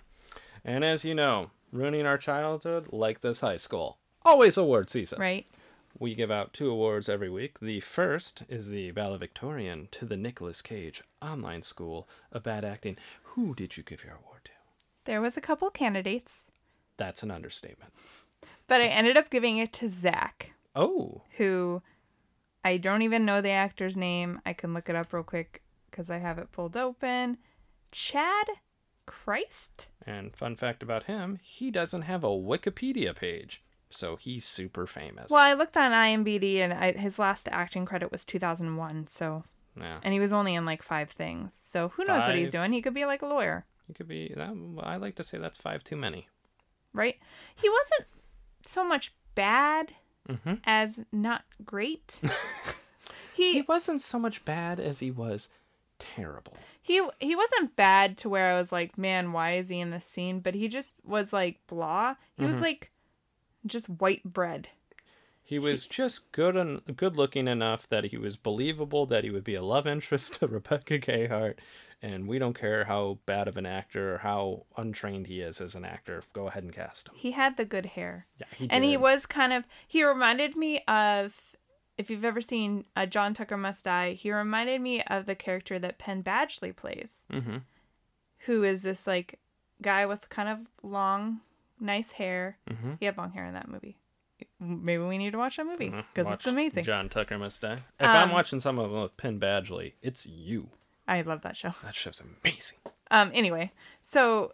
[SPEAKER 2] And as you know, ruining our childhood like this high school. Always award season.
[SPEAKER 1] Right.
[SPEAKER 2] We give out two awards every week. The first is the valedictorian to the Nicolas Cage Online School of Bad Acting. Who did you give your award to?
[SPEAKER 1] There was a couple candidates,
[SPEAKER 2] That's an understatement.
[SPEAKER 1] but I ended up giving it to Zach,
[SPEAKER 2] Oh,
[SPEAKER 1] who I don't even know the actor's name. I can look it up real quick because I have it pulled open. Chad Christ.
[SPEAKER 2] and fun fact about him, he doesn't have a Wikipedia page, so he's super famous.
[SPEAKER 1] Well, I looked on IMDb and I, his last acting credit was 2001. So,
[SPEAKER 2] Yeah.
[SPEAKER 1] and he was only in like five things. So who knows what he's
[SPEAKER 2] Five.
[SPEAKER 1] doing? He could be like a lawyer,
[SPEAKER 2] He could be, that, I like to say that's five too many.
[SPEAKER 1] right? He wasn't so much bad
[SPEAKER 2] Mm-hmm.
[SPEAKER 1] as not great. he
[SPEAKER 2] He wasn't so much bad as he was terrible.
[SPEAKER 1] he he wasn't bad to where I was like, man, why is he in this scene? But he just was like blah. He
[SPEAKER 2] Mm-hmm.
[SPEAKER 1] was like just white bread.
[SPEAKER 2] He was just good and good looking enough that he was believable that he would be a love interest to Rebecca Gayhart and we don't care how bad of an actor or how untrained he is as an actor. Go ahead and cast him.
[SPEAKER 1] He had the good hair.
[SPEAKER 2] Yeah, he
[SPEAKER 1] and he
[SPEAKER 2] did.
[SPEAKER 1] was kind of he reminded me of if you've ever seen uh, John Tucker Must Die, he reminded me of the character that Penn Badgley plays,
[SPEAKER 2] Mhm.
[SPEAKER 1] who is this like guy with kind of long, nice hair.
[SPEAKER 2] Mhm.
[SPEAKER 1] He had long hair in that movie. Maybe we need to watch that movie
[SPEAKER 2] Mhm.
[SPEAKER 1] because
[SPEAKER 2] Watch
[SPEAKER 1] it's amazing. Um,
[SPEAKER 2] John Tucker Must Die. If I'm watching some of them with Penn Badgley, it's you.
[SPEAKER 1] I love that show.
[SPEAKER 2] That show's amazing.
[SPEAKER 1] Um, anyway, so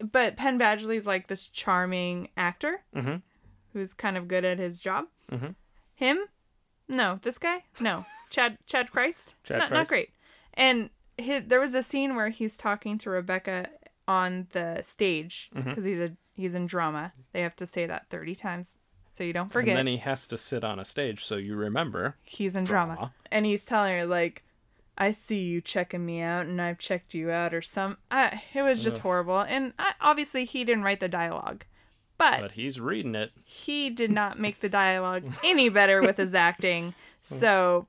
[SPEAKER 1] but Penn Badgley's like this charming actor
[SPEAKER 2] Mhm.
[SPEAKER 1] who's kind of good at his job.
[SPEAKER 2] Mhm.
[SPEAKER 1] Him? No, this guy? No, Chad Chad Christ.
[SPEAKER 2] Chad
[SPEAKER 1] not, not
[SPEAKER 2] Christ.
[SPEAKER 1] great. And hi there was a scene where he's talking to Rebecca on the stage
[SPEAKER 2] Mm-hmm.
[SPEAKER 1] because he's a he's in drama. They have to say that thirty times so you don't forget
[SPEAKER 2] And then he has to sit on a stage, so you remember.
[SPEAKER 1] he's in drama.
[SPEAKER 2] Drama.
[SPEAKER 1] and he's telling her like i see you checking me out and i've checked you out or some I, it was just horrible and I, obviously he didn't write the dialogue but,
[SPEAKER 2] But he's reading it.
[SPEAKER 1] he did not make the dialogue any better with his acting so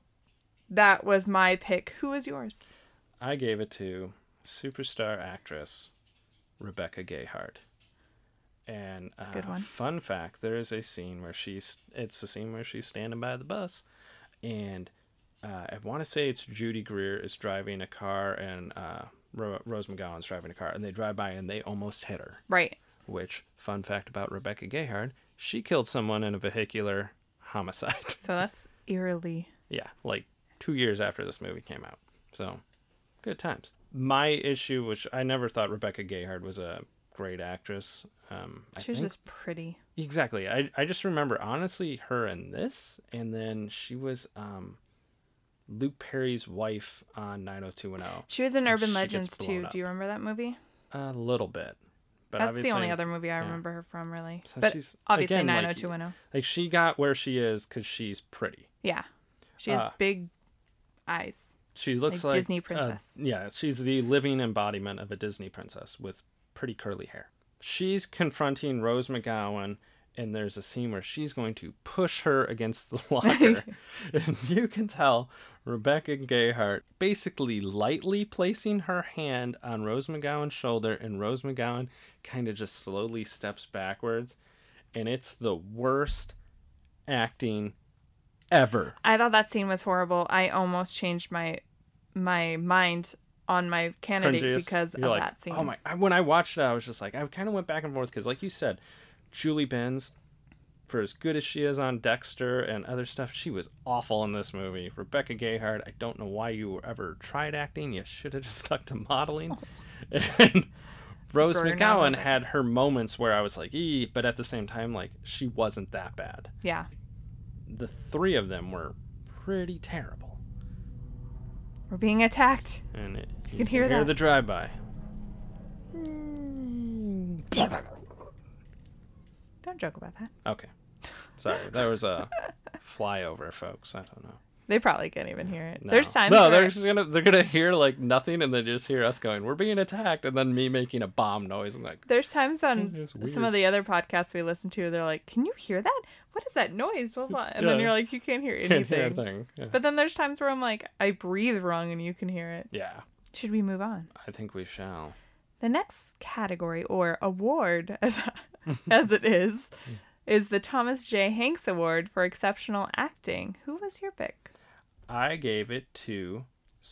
[SPEAKER 1] that was my pick who was yours
[SPEAKER 2] I gave it to superstar actress Rebecca Gayheart. And uh,
[SPEAKER 1] good one.
[SPEAKER 2] fun fact: there is a scene where she's. It's the scene where she's standing by the bus, and uh, I want to say it's Judy Greer is driving a car, and uh, Ro- Rose McGowan's driving a car, and they drive by and they almost hit her.
[SPEAKER 1] right
[SPEAKER 2] Which fun fact about Rebecca Gayheart: she killed someone in a vehicular homicide.
[SPEAKER 1] so that's eerily
[SPEAKER 2] Yeah, like two years after this movie came out. So, good times. My issue, which I never thought Rebecca Gayheart was a great actress. Um, I
[SPEAKER 1] she was
[SPEAKER 2] think
[SPEAKER 1] just pretty
[SPEAKER 2] exactly. I I just remember honestly her in this, and then she was um, Luke Perry's wife on 90210.
[SPEAKER 1] she was in urban
[SPEAKER 2] she gets
[SPEAKER 1] legends
[SPEAKER 2] blown
[SPEAKER 1] too
[SPEAKER 2] up.
[SPEAKER 1] do you remember that movie
[SPEAKER 2] A little bit, but
[SPEAKER 1] that's the only
[SPEAKER 2] obviously-
[SPEAKER 1] other movie i remember her from really
[SPEAKER 2] So
[SPEAKER 1] but
[SPEAKER 2] she's-
[SPEAKER 1] obviously
[SPEAKER 2] again, like-
[SPEAKER 1] 90210
[SPEAKER 2] Like she got where she is because she's pretty.
[SPEAKER 1] yeah she has
[SPEAKER 2] Ah.
[SPEAKER 1] big eyes
[SPEAKER 2] She looks
[SPEAKER 1] Like
[SPEAKER 2] like,
[SPEAKER 1] Disney
[SPEAKER 2] a-
[SPEAKER 1] princess.
[SPEAKER 2] yeah, she's the living embodiment of a Disney princess with pretty curly hair. She's confronting Rose McGowan, and there's a scene where she's going to push her against the locker. and you can tell Rebecca Gayheart basically lightly placing her hand on Rose McGowan's shoulder, and Rose McGowan kind of just slowly steps backwards. And it's the worst acting ever.
[SPEAKER 1] I thought that scene was horrible. I almost changed my my mind on my candidate
[SPEAKER 2] cringiest.
[SPEAKER 1] because
[SPEAKER 2] You're
[SPEAKER 1] of
[SPEAKER 2] like,
[SPEAKER 1] that scene.
[SPEAKER 2] Oh my! I, when I watched it, I was just like, I kind of went back and forth because, like you said, Julie Benz, for as good as she is on Dexter and other stuff, she was awful in this movie. Rebecca Gayheart, I don't know why you ever tried acting. You should have just stuck to modeling. And Rose
[SPEAKER 1] Burn out
[SPEAKER 2] McGowan
[SPEAKER 1] of it.
[SPEAKER 2] had her moments where I was like, ee, but at the same time, like she wasn't that bad.
[SPEAKER 1] Yeah.
[SPEAKER 2] The three of them were pretty terrible,
[SPEAKER 1] We're being attacked.
[SPEAKER 2] and it, you,
[SPEAKER 1] can hear that.
[SPEAKER 2] the drive by.
[SPEAKER 1] Don't joke about that.
[SPEAKER 2] Okay. Sorry, there was a flyover, folks. I don't know.
[SPEAKER 1] They probably can't even hear it.
[SPEAKER 2] No.
[SPEAKER 1] There's times
[SPEAKER 2] No,
[SPEAKER 1] where
[SPEAKER 2] they're just gonna they're gonna hear like nothing, and then just hear us going, "We're being attacked," and then me making a bomb noise and like,
[SPEAKER 1] there's times on
[SPEAKER 2] It's
[SPEAKER 1] some
[SPEAKER 2] weird.
[SPEAKER 1] of the other podcasts we listen to, they're like, "Can you hear that? What is that noise?" Blah blah. And then
[SPEAKER 2] Yeah.
[SPEAKER 1] you're like, "You can't hear anything."
[SPEAKER 2] "Can't hear a thing." Yeah.
[SPEAKER 1] But then there's times where I'm like, "I breathe wrong," and you can hear it.
[SPEAKER 2] yeah,
[SPEAKER 1] Should we move on?
[SPEAKER 2] I think we shall.
[SPEAKER 1] The next category or award, as, as it is, is the Thomas J. Hanks Award for Exceptional Acting. Who was your pick?
[SPEAKER 2] I gave it to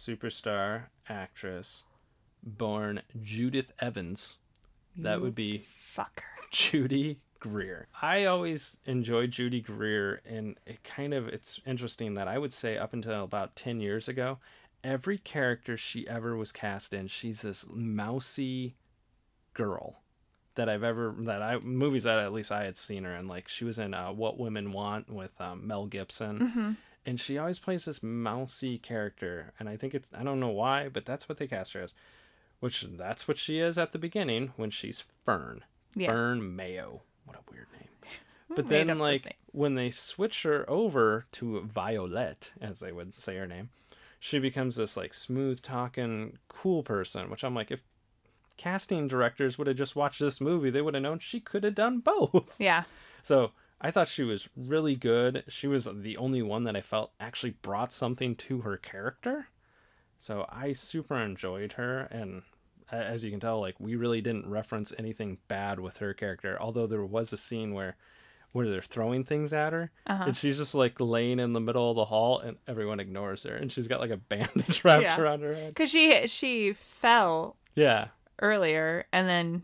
[SPEAKER 2] superstar actress born Judith Evans. That would be
[SPEAKER 1] Fucker.
[SPEAKER 2] Judy Greer. I always enjoy Judy Greer, and it kind of it's interesting that I would say up until about ten years ago, every character she ever was cast in, she's this mousy girl that I've ever that I movies that at least I had seen her in. Like she was in uh, What Women Want with um, Mel Gibson.
[SPEAKER 1] Mm. Mm-hmm.
[SPEAKER 2] And she always plays this mousy character, and I think it's I don't know why, but that's what they cast her as, which that's what she is at the beginning when she's Fern.
[SPEAKER 1] Yeah.
[SPEAKER 2] Fern Mayo. What a weird name. But
[SPEAKER 1] made up
[SPEAKER 2] then,
[SPEAKER 1] this name?
[SPEAKER 2] like, when they switch her over to Violet, as they would say her name, she becomes this, like, smooth talking, cool person, which I'm like, if casting directors would have just watched this movie, they would have known she could have done both.
[SPEAKER 1] Yeah.
[SPEAKER 2] So I thought she was really good. She was the only one that I felt actually brought something to her character. So I super enjoyed her, and a- as you can tell, like we really didn't reference anything bad with her character. Although there was a scene where, where they're throwing things at her,
[SPEAKER 1] Uh-huh.
[SPEAKER 2] and she's just like laying in the middle of the hall, and everyone ignores her, and she's got like a bandage wrapped
[SPEAKER 1] Yeah.
[SPEAKER 2] around her head.
[SPEAKER 1] Because she she fell
[SPEAKER 2] Yeah,
[SPEAKER 1] earlier, and then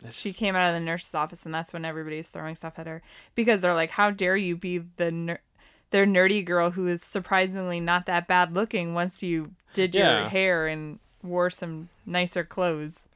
[SPEAKER 2] It's-
[SPEAKER 1] she came out of the nurse's office, and that's when everybody's throwing stuff at her because they're like, "How dare you be the ner- their nerdy girl who is surprisingly not that bad looking once you did your
[SPEAKER 2] Yeah.
[SPEAKER 1] hair and wore some nicer clothes,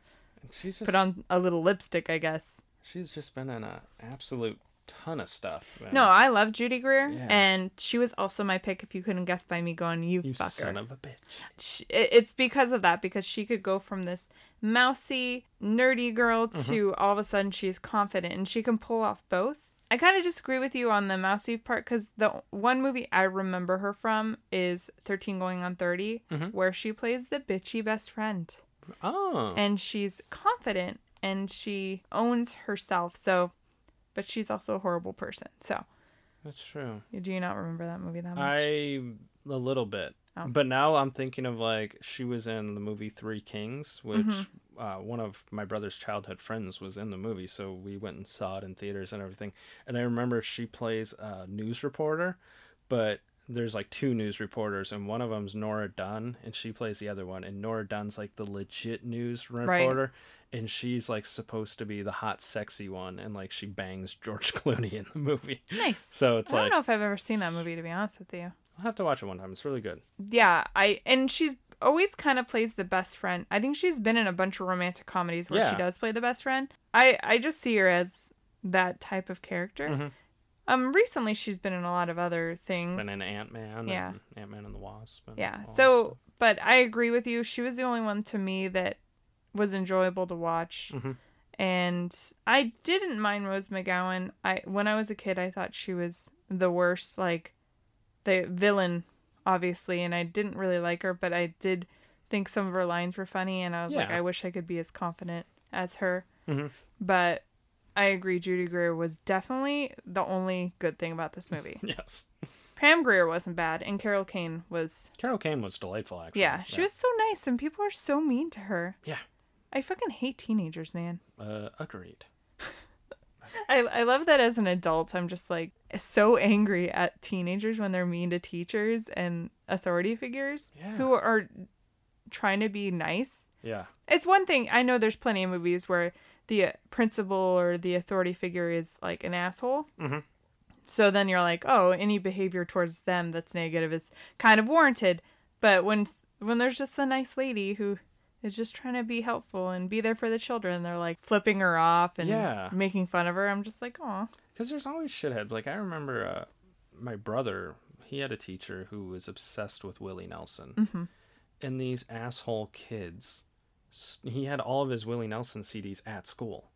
[SPEAKER 2] she's just
[SPEAKER 1] put on a little lipstick, I guess."
[SPEAKER 2] she's just been in a absolute ton of stuff. man.
[SPEAKER 1] No, I love Judy Greer,
[SPEAKER 2] Yeah.
[SPEAKER 1] and she was also my pick. If you couldn't guess by me going, you,
[SPEAKER 2] you
[SPEAKER 1] fucker.
[SPEAKER 2] son of a bitch.
[SPEAKER 1] she, it- it's because of that because she could go from this mousy nerdy girl
[SPEAKER 2] Mm-hmm.
[SPEAKER 1] to all of a sudden she's confident and she can pull off both i kind of disagree with you on the mousy part because the one movie i remember her from is 13 going on 30
[SPEAKER 2] Mm-hmm.
[SPEAKER 1] where she plays the bitchy best friend
[SPEAKER 2] Oh,
[SPEAKER 1] and she's confident and she owns herself so but she's also a horrible person so
[SPEAKER 2] that's true.
[SPEAKER 1] do you not remember that movie that much
[SPEAKER 2] I a little bit, but now I'm thinking of like she was in the movie Three Kings, which uh, one of my brother's childhood friends was in the movie, so we went and saw it in theaters and everything. And I remember she plays a news reporter, but there's like two news reporters, and one of them's Nora Dunn, and she plays the other one. And Nora Dunn's like the legit news reporter. And she's like supposed to be the hot, sexy one, and like she bangs George Clooney in the movie.
[SPEAKER 1] nice
[SPEAKER 2] So it's
[SPEAKER 1] i don't
[SPEAKER 2] like
[SPEAKER 1] know if i've ever seen that movie to be honest with you
[SPEAKER 2] I'll have to watch it one time. It's really good.
[SPEAKER 1] yeah i and she's always kind of plays the best friend i think she's been in a bunch of romantic comedies where she
[SPEAKER 2] Yeah.
[SPEAKER 1] does play the best friend i i just see her as that type of character
[SPEAKER 2] Mm-hmm.
[SPEAKER 1] um recently she's been in a lot of other things
[SPEAKER 2] Been in Ant Man.
[SPEAKER 1] Yeah.
[SPEAKER 2] Yeah. Ant Man and the Wasp. and
[SPEAKER 1] yeah
[SPEAKER 2] all that
[SPEAKER 1] so
[SPEAKER 2] stuff.
[SPEAKER 1] but i agree with you she was the only one to me that was enjoyable to watch
[SPEAKER 2] Mhm.
[SPEAKER 1] and i didn't mind rose mcgowan i when i was a kid i thought she was the worst like the villain obviously and i didn't really like her but i did think some of her lines were funny and i was like
[SPEAKER 2] Yeah.
[SPEAKER 1] i wish i could be as confident as her
[SPEAKER 2] Mhm.
[SPEAKER 1] but i agree judy greer was definitely the only good thing about this movie
[SPEAKER 2] yes,
[SPEAKER 1] pam greer wasn't bad and carol kane was
[SPEAKER 2] Carol Kane was delightful. Actually.
[SPEAKER 1] yeah, she was so nice, and people are so mean to her.
[SPEAKER 2] Yeah.
[SPEAKER 1] I fucking hate teenagers, man.
[SPEAKER 2] Uh, agreed.
[SPEAKER 1] I, I love that as an adult, I'm just like so angry at teenagers when they're mean to teachers and authority figures
[SPEAKER 2] Yeah.
[SPEAKER 1] who are trying to be nice.
[SPEAKER 2] Yeah.
[SPEAKER 1] It's one thing, I know there's plenty of movies where the uh, principal or the authority figure is like an asshole.
[SPEAKER 2] Mhm.
[SPEAKER 1] So then you're like, oh, any behavior towards them that's negative is kind of warranted. But when when there's just a nice lady who is just trying to be helpful and be there for the children, they're like flipping her off and
[SPEAKER 2] Yeah.
[SPEAKER 1] making fun of her. I'm just like, oh,
[SPEAKER 2] Because there's always shitheads. Like I remember, uh, my brother. He had a teacher who was obsessed with Willie Nelson,
[SPEAKER 1] Mm-hmm.
[SPEAKER 2] and these asshole kids. s- He had all of his Willie Nelson CDs at school,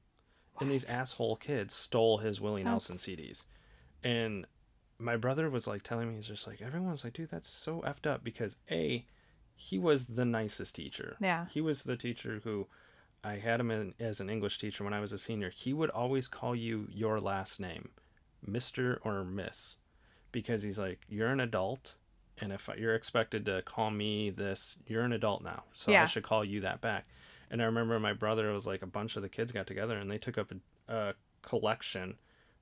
[SPEAKER 2] and these asshole kids stole his Willie Nelson CDs, and my brother was like telling me he's just like everyone's like dude that's so effed up because a he was the nicest teacher
[SPEAKER 1] Yeah.
[SPEAKER 2] he was the teacher who i had him in, as an english teacher when i was a senior he would always call you your last name mr or miss because he's like you're an adult and if you're expected to call me this you're an adult now so
[SPEAKER 1] Yeah.
[SPEAKER 2] i should call you that back and i remember my brother was like a bunch of the kids got together and they took up a, a collection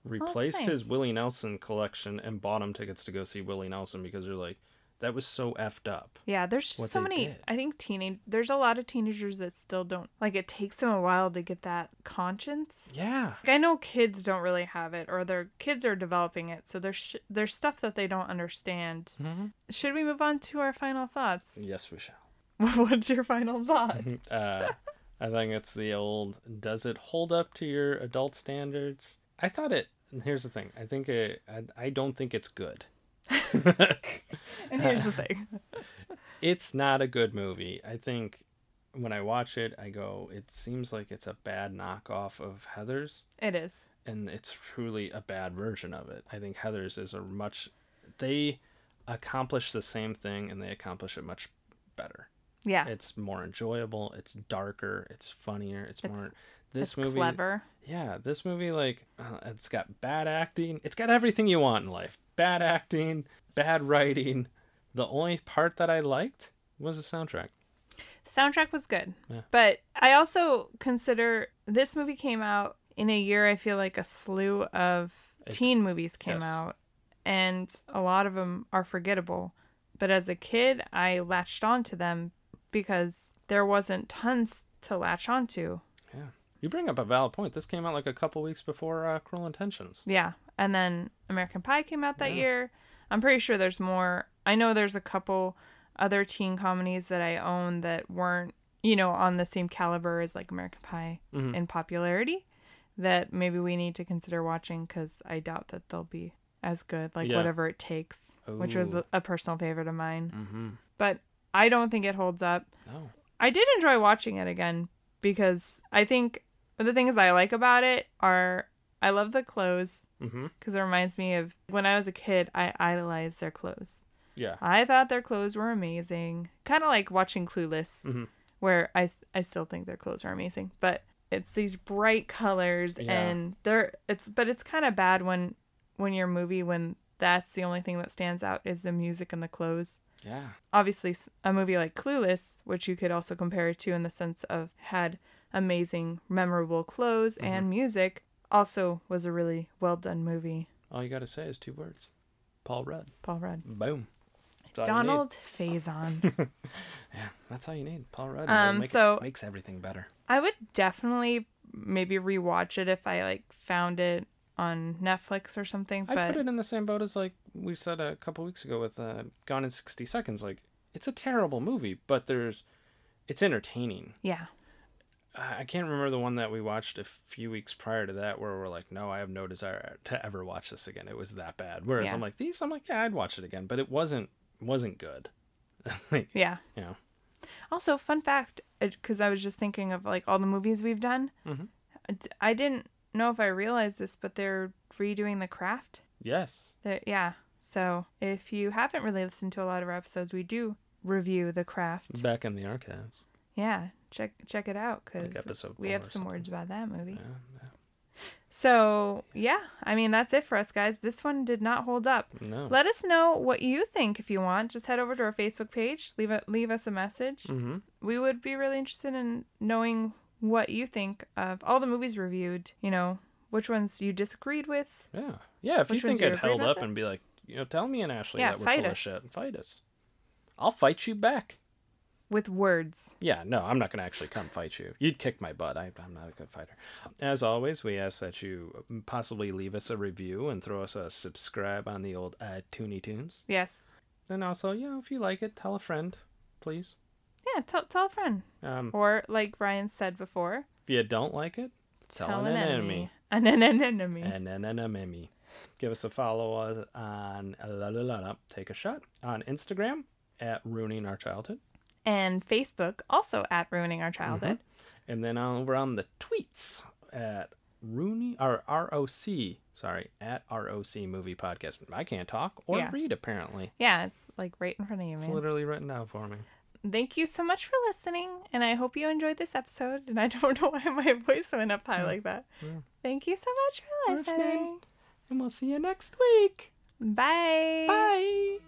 [SPEAKER 2] replaced his
[SPEAKER 1] Oh, nice.
[SPEAKER 2] Willie Nelson collection and bought him tickets to go see Willie Nelson because they're like, that was so effed up.
[SPEAKER 1] Yeah, there's just
[SPEAKER 2] what
[SPEAKER 1] so
[SPEAKER 2] they
[SPEAKER 1] many.
[SPEAKER 2] did.
[SPEAKER 1] I think teenage. There's a lot of teenagers that still don't like. It takes them a while to get that conscience.
[SPEAKER 2] Yeah.
[SPEAKER 1] Like I know kids don't really have it, or their kids are developing it, so there's sh- there's stuff that they don't understand. Should we move on to our final thoughts?
[SPEAKER 2] Yes, we shall.
[SPEAKER 1] What's your final thought?
[SPEAKER 2] Uh, I think it's the old, does it hold up to your adult standards? I thought it, and here's the thing, I think it, I, I don't think it's good.
[SPEAKER 1] and here's the thing.
[SPEAKER 2] it's not a good movie. I think when I watch it, I go, it seems like it's a bad knockoff of Heather's.
[SPEAKER 1] It is.
[SPEAKER 2] and it's truly a bad version of it. I think Heather's is a much they accomplish the same thing and they accomplish it much better.
[SPEAKER 1] Yeah.
[SPEAKER 2] It's more enjoyable, it's darker, it's funnier, it's, more this
[SPEAKER 1] it's
[SPEAKER 2] movie
[SPEAKER 1] clever.
[SPEAKER 2] Yeah, this movie like uh, it's got bad acting. It's got everything you want in life. Bad acting, bad writing. The only part that I liked was the soundtrack?
[SPEAKER 1] The soundtrack was good.
[SPEAKER 2] Yeah.
[SPEAKER 1] But I also consider this movie came out in a year I feel like a slew of
[SPEAKER 2] It-
[SPEAKER 1] teen movies came
[SPEAKER 2] yes.
[SPEAKER 1] out and a lot of them are forgettable. But as a kid, I latched onto them because there wasn't tons to latch onto.
[SPEAKER 2] Yeah. You bring up a valid point. This came out like a couple weeks before uh, Cruel Intentions.
[SPEAKER 1] Yeah. And then American Pie came out that
[SPEAKER 2] Yeah.
[SPEAKER 1] year. I'm pretty sure there's more. I know there's a couple other teen comedies that I own that weren't, you know, on the same caliber as like American Pie
[SPEAKER 2] Mhm.
[SPEAKER 1] in popularity that maybe we need to consider watching because I doubt that they'll be as good, like
[SPEAKER 2] Yeah.
[SPEAKER 1] whatever it takes, which was
[SPEAKER 2] Ooh.
[SPEAKER 1] a, a personal favorite of mine.
[SPEAKER 2] Mm-hmm. Oh.
[SPEAKER 1] But I don't think it holds up.
[SPEAKER 2] No.
[SPEAKER 1] I did enjoy watching it again because I think the things I like about it are I love the clothes
[SPEAKER 2] Mm-hmm.
[SPEAKER 1] because it reminds me of when I was a kid, I idolized their clothes.
[SPEAKER 2] Yeah.
[SPEAKER 1] I thought their clothes were amazing, kind of like watching Clueless,
[SPEAKER 2] Mhm.
[SPEAKER 1] where I, I still think their clothes are amazing, but it's these bright colors
[SPEAKER 2] Yeah.
[SPEAKER 1] and they're it's but it's kind of bad when when your movie when that's the only thing that stands out is the music and the clothes.
[SPEAKER 2] Yeah.
[SPEAKER 1] Obviously, s- a movie like Clueless, which you could also compare it to in the sense of had amazing, memorable clothes and music, also was a really well done movie.
[SPEAKER 2] All you got to say is two words. Paul Rudd.
[SPEAKER 1] Paul Rudd.
[SPEAKER 2] Boom. That's all you need.
[SPEAKER 1] Donald Faison.
[SPEAKER 2] Yeah, that's all you need. Paul Rudd.
[SPEAKER 1] Um,
[SPEAKER 2] Um, make
[SPEAKER 1] so-
[SPEAKER 2] it, makes everything better.
[SPEAKER 1] I would definitely maybe rewatch it if I like found it on Netflix or something,
[SPEAKER 2] I
[SPEAKER 1] but
[SPEAKER 2] put it in the same boat as like we said a couple weeks ago with uh, Gone in sixty seconds. Like it's a terrible movie, but there's it's entertaining.
[SPEAKER 1] yeah.
[SPEAKER 2] I I can't remember the one that we watched a few weeks prior to that where we're like, no, I have no desire to ever watch this again. It was that bad. Whereas
[SPEAKER 1] Yeah.
[SPEAKER 2] I'm like these, I'm like, yeah, I'd watch it again, but it wasn't wasn't good. like,
[SPEAKER 1] Yeah.
[SPEAKER 2] you know,
[SPEAKER 1] Also, fun fact because I was just thinking of like all the movies we've done.
[SPEAKER 2] Mhm.
[SPEAKER 1] I d- I didn't know if I realized this, but they're redoing The Craft.
[SPEAKER 2] yes,
[SPEAKER 1] They're, yeah. So, if you haven't really listened to a lot of our episodes, we do review The Craft.
[SPEAKER 2] back in the archives,
[SPEAKER 1] Yeah. Check check it out cuz
[SPEAKER 2] like episode.
[SPEAKER 1] we
[SPEAKER 2] four
[SPEAKER 1] have
[SPEAKER 2] or
[SPEAKER 1] some
[SPEAKER 2] something.
[SPEAKER 1] words about that movie.
[SPEAKER 2] Yeah, yeah.
[SPEAKER 1] So, yeah, I mean, that's it for us, guys. This one did not hold up.
[SPEAKER 2] No.
[SPEAKER 1] Let us know what you think if you want. Just head over to our Facebook page, leave a, leave us a message.
[SPEAKER 2] mm-hmm.
[SPEAKER 1] We would be really interested in knowing what you think of all the movies reviewed, you know, which ones you disagreed with.
[SPEAKER 2] Yeah. Yeah, if
[SPEAKER 1] Which
[SPEAKER 2] you
[SPEAKER 1] ones
[SPEAKER 2] think
[SPEAKER 1] you
[SPEAKER 2] I'd
[SPEAKER 1] agree
[SPEAKER 2] held
[SPEAKER 1] with
[SPEAKER 2] up
[SPEAKER 1] then?
[SPEAKER 2] and be like, you know, tell me and Ashley
[SPEAKER 1] Yeah,
[SPEAKER 2] that we're
[SPEAKER 1] fight
[SPEAKER 2] full
[SPEAKER 1] us.
[SPEAKER 2] of shit. Fight us. I'll fight you back.
[SPEAKER 1] With words.
[SPEAKER 2] Yeah, no, I'm not going to actually come fight you. You'd kick my butt. I, I'm not a good fighter. As always, we ask that you possibly leave us a review and throw us a subscribe on the old uh, Toony Tunes.
[SPEAKER 1] Yes.
[SPEAKER 2] And also, you know, if you like it, tell a friend, please.
[SPEAKER 1] Yeah, tell, tell a friend.
[SPEAKER 2] Um,
[SPEAKER 1] Or, like Ryan said before,
[SPEAKER 2] if you don't like it, tell, an, enemy.
[SPEAKER 1] An, an, an enemy.
[SPEAKER 2] and then an enemy. Give us a follow us on la, la, la, la, Take a Shot on Instagram at Ruining Our Childhood.
[SPEAKER 1] And Facebook, also at Ruining Our Childhood.
[SPEAKER 2] And then on, we're on the tweets at Rooney or ROC, sorry, at ROC Movie Podcast. I can't talk or
[SPEAKER 1] Yeah.
[SPEAKER 2] read apparently.
[SPEAKER 1] Yeah, it's like right in front of you,
[SPEAKER 2] It's
[SPEAKER 1] man.
[SPEAKER 2] literally written down for me.
[SPEAKER 1] Thank you so much for listening, and I hope you enjoyed this episode. And I don't know why my voice went up high like that.
[SPEAKER 2] Yeah.
[SPEAKER 1] Thank you so much for
[SPEAKER 2] Listening.
[SPEAKER 1] listening.
[SPEAKER 2] And we'll see you next week.
[SPEAKER 1] Bye.
[SPEAKER 2] Bye.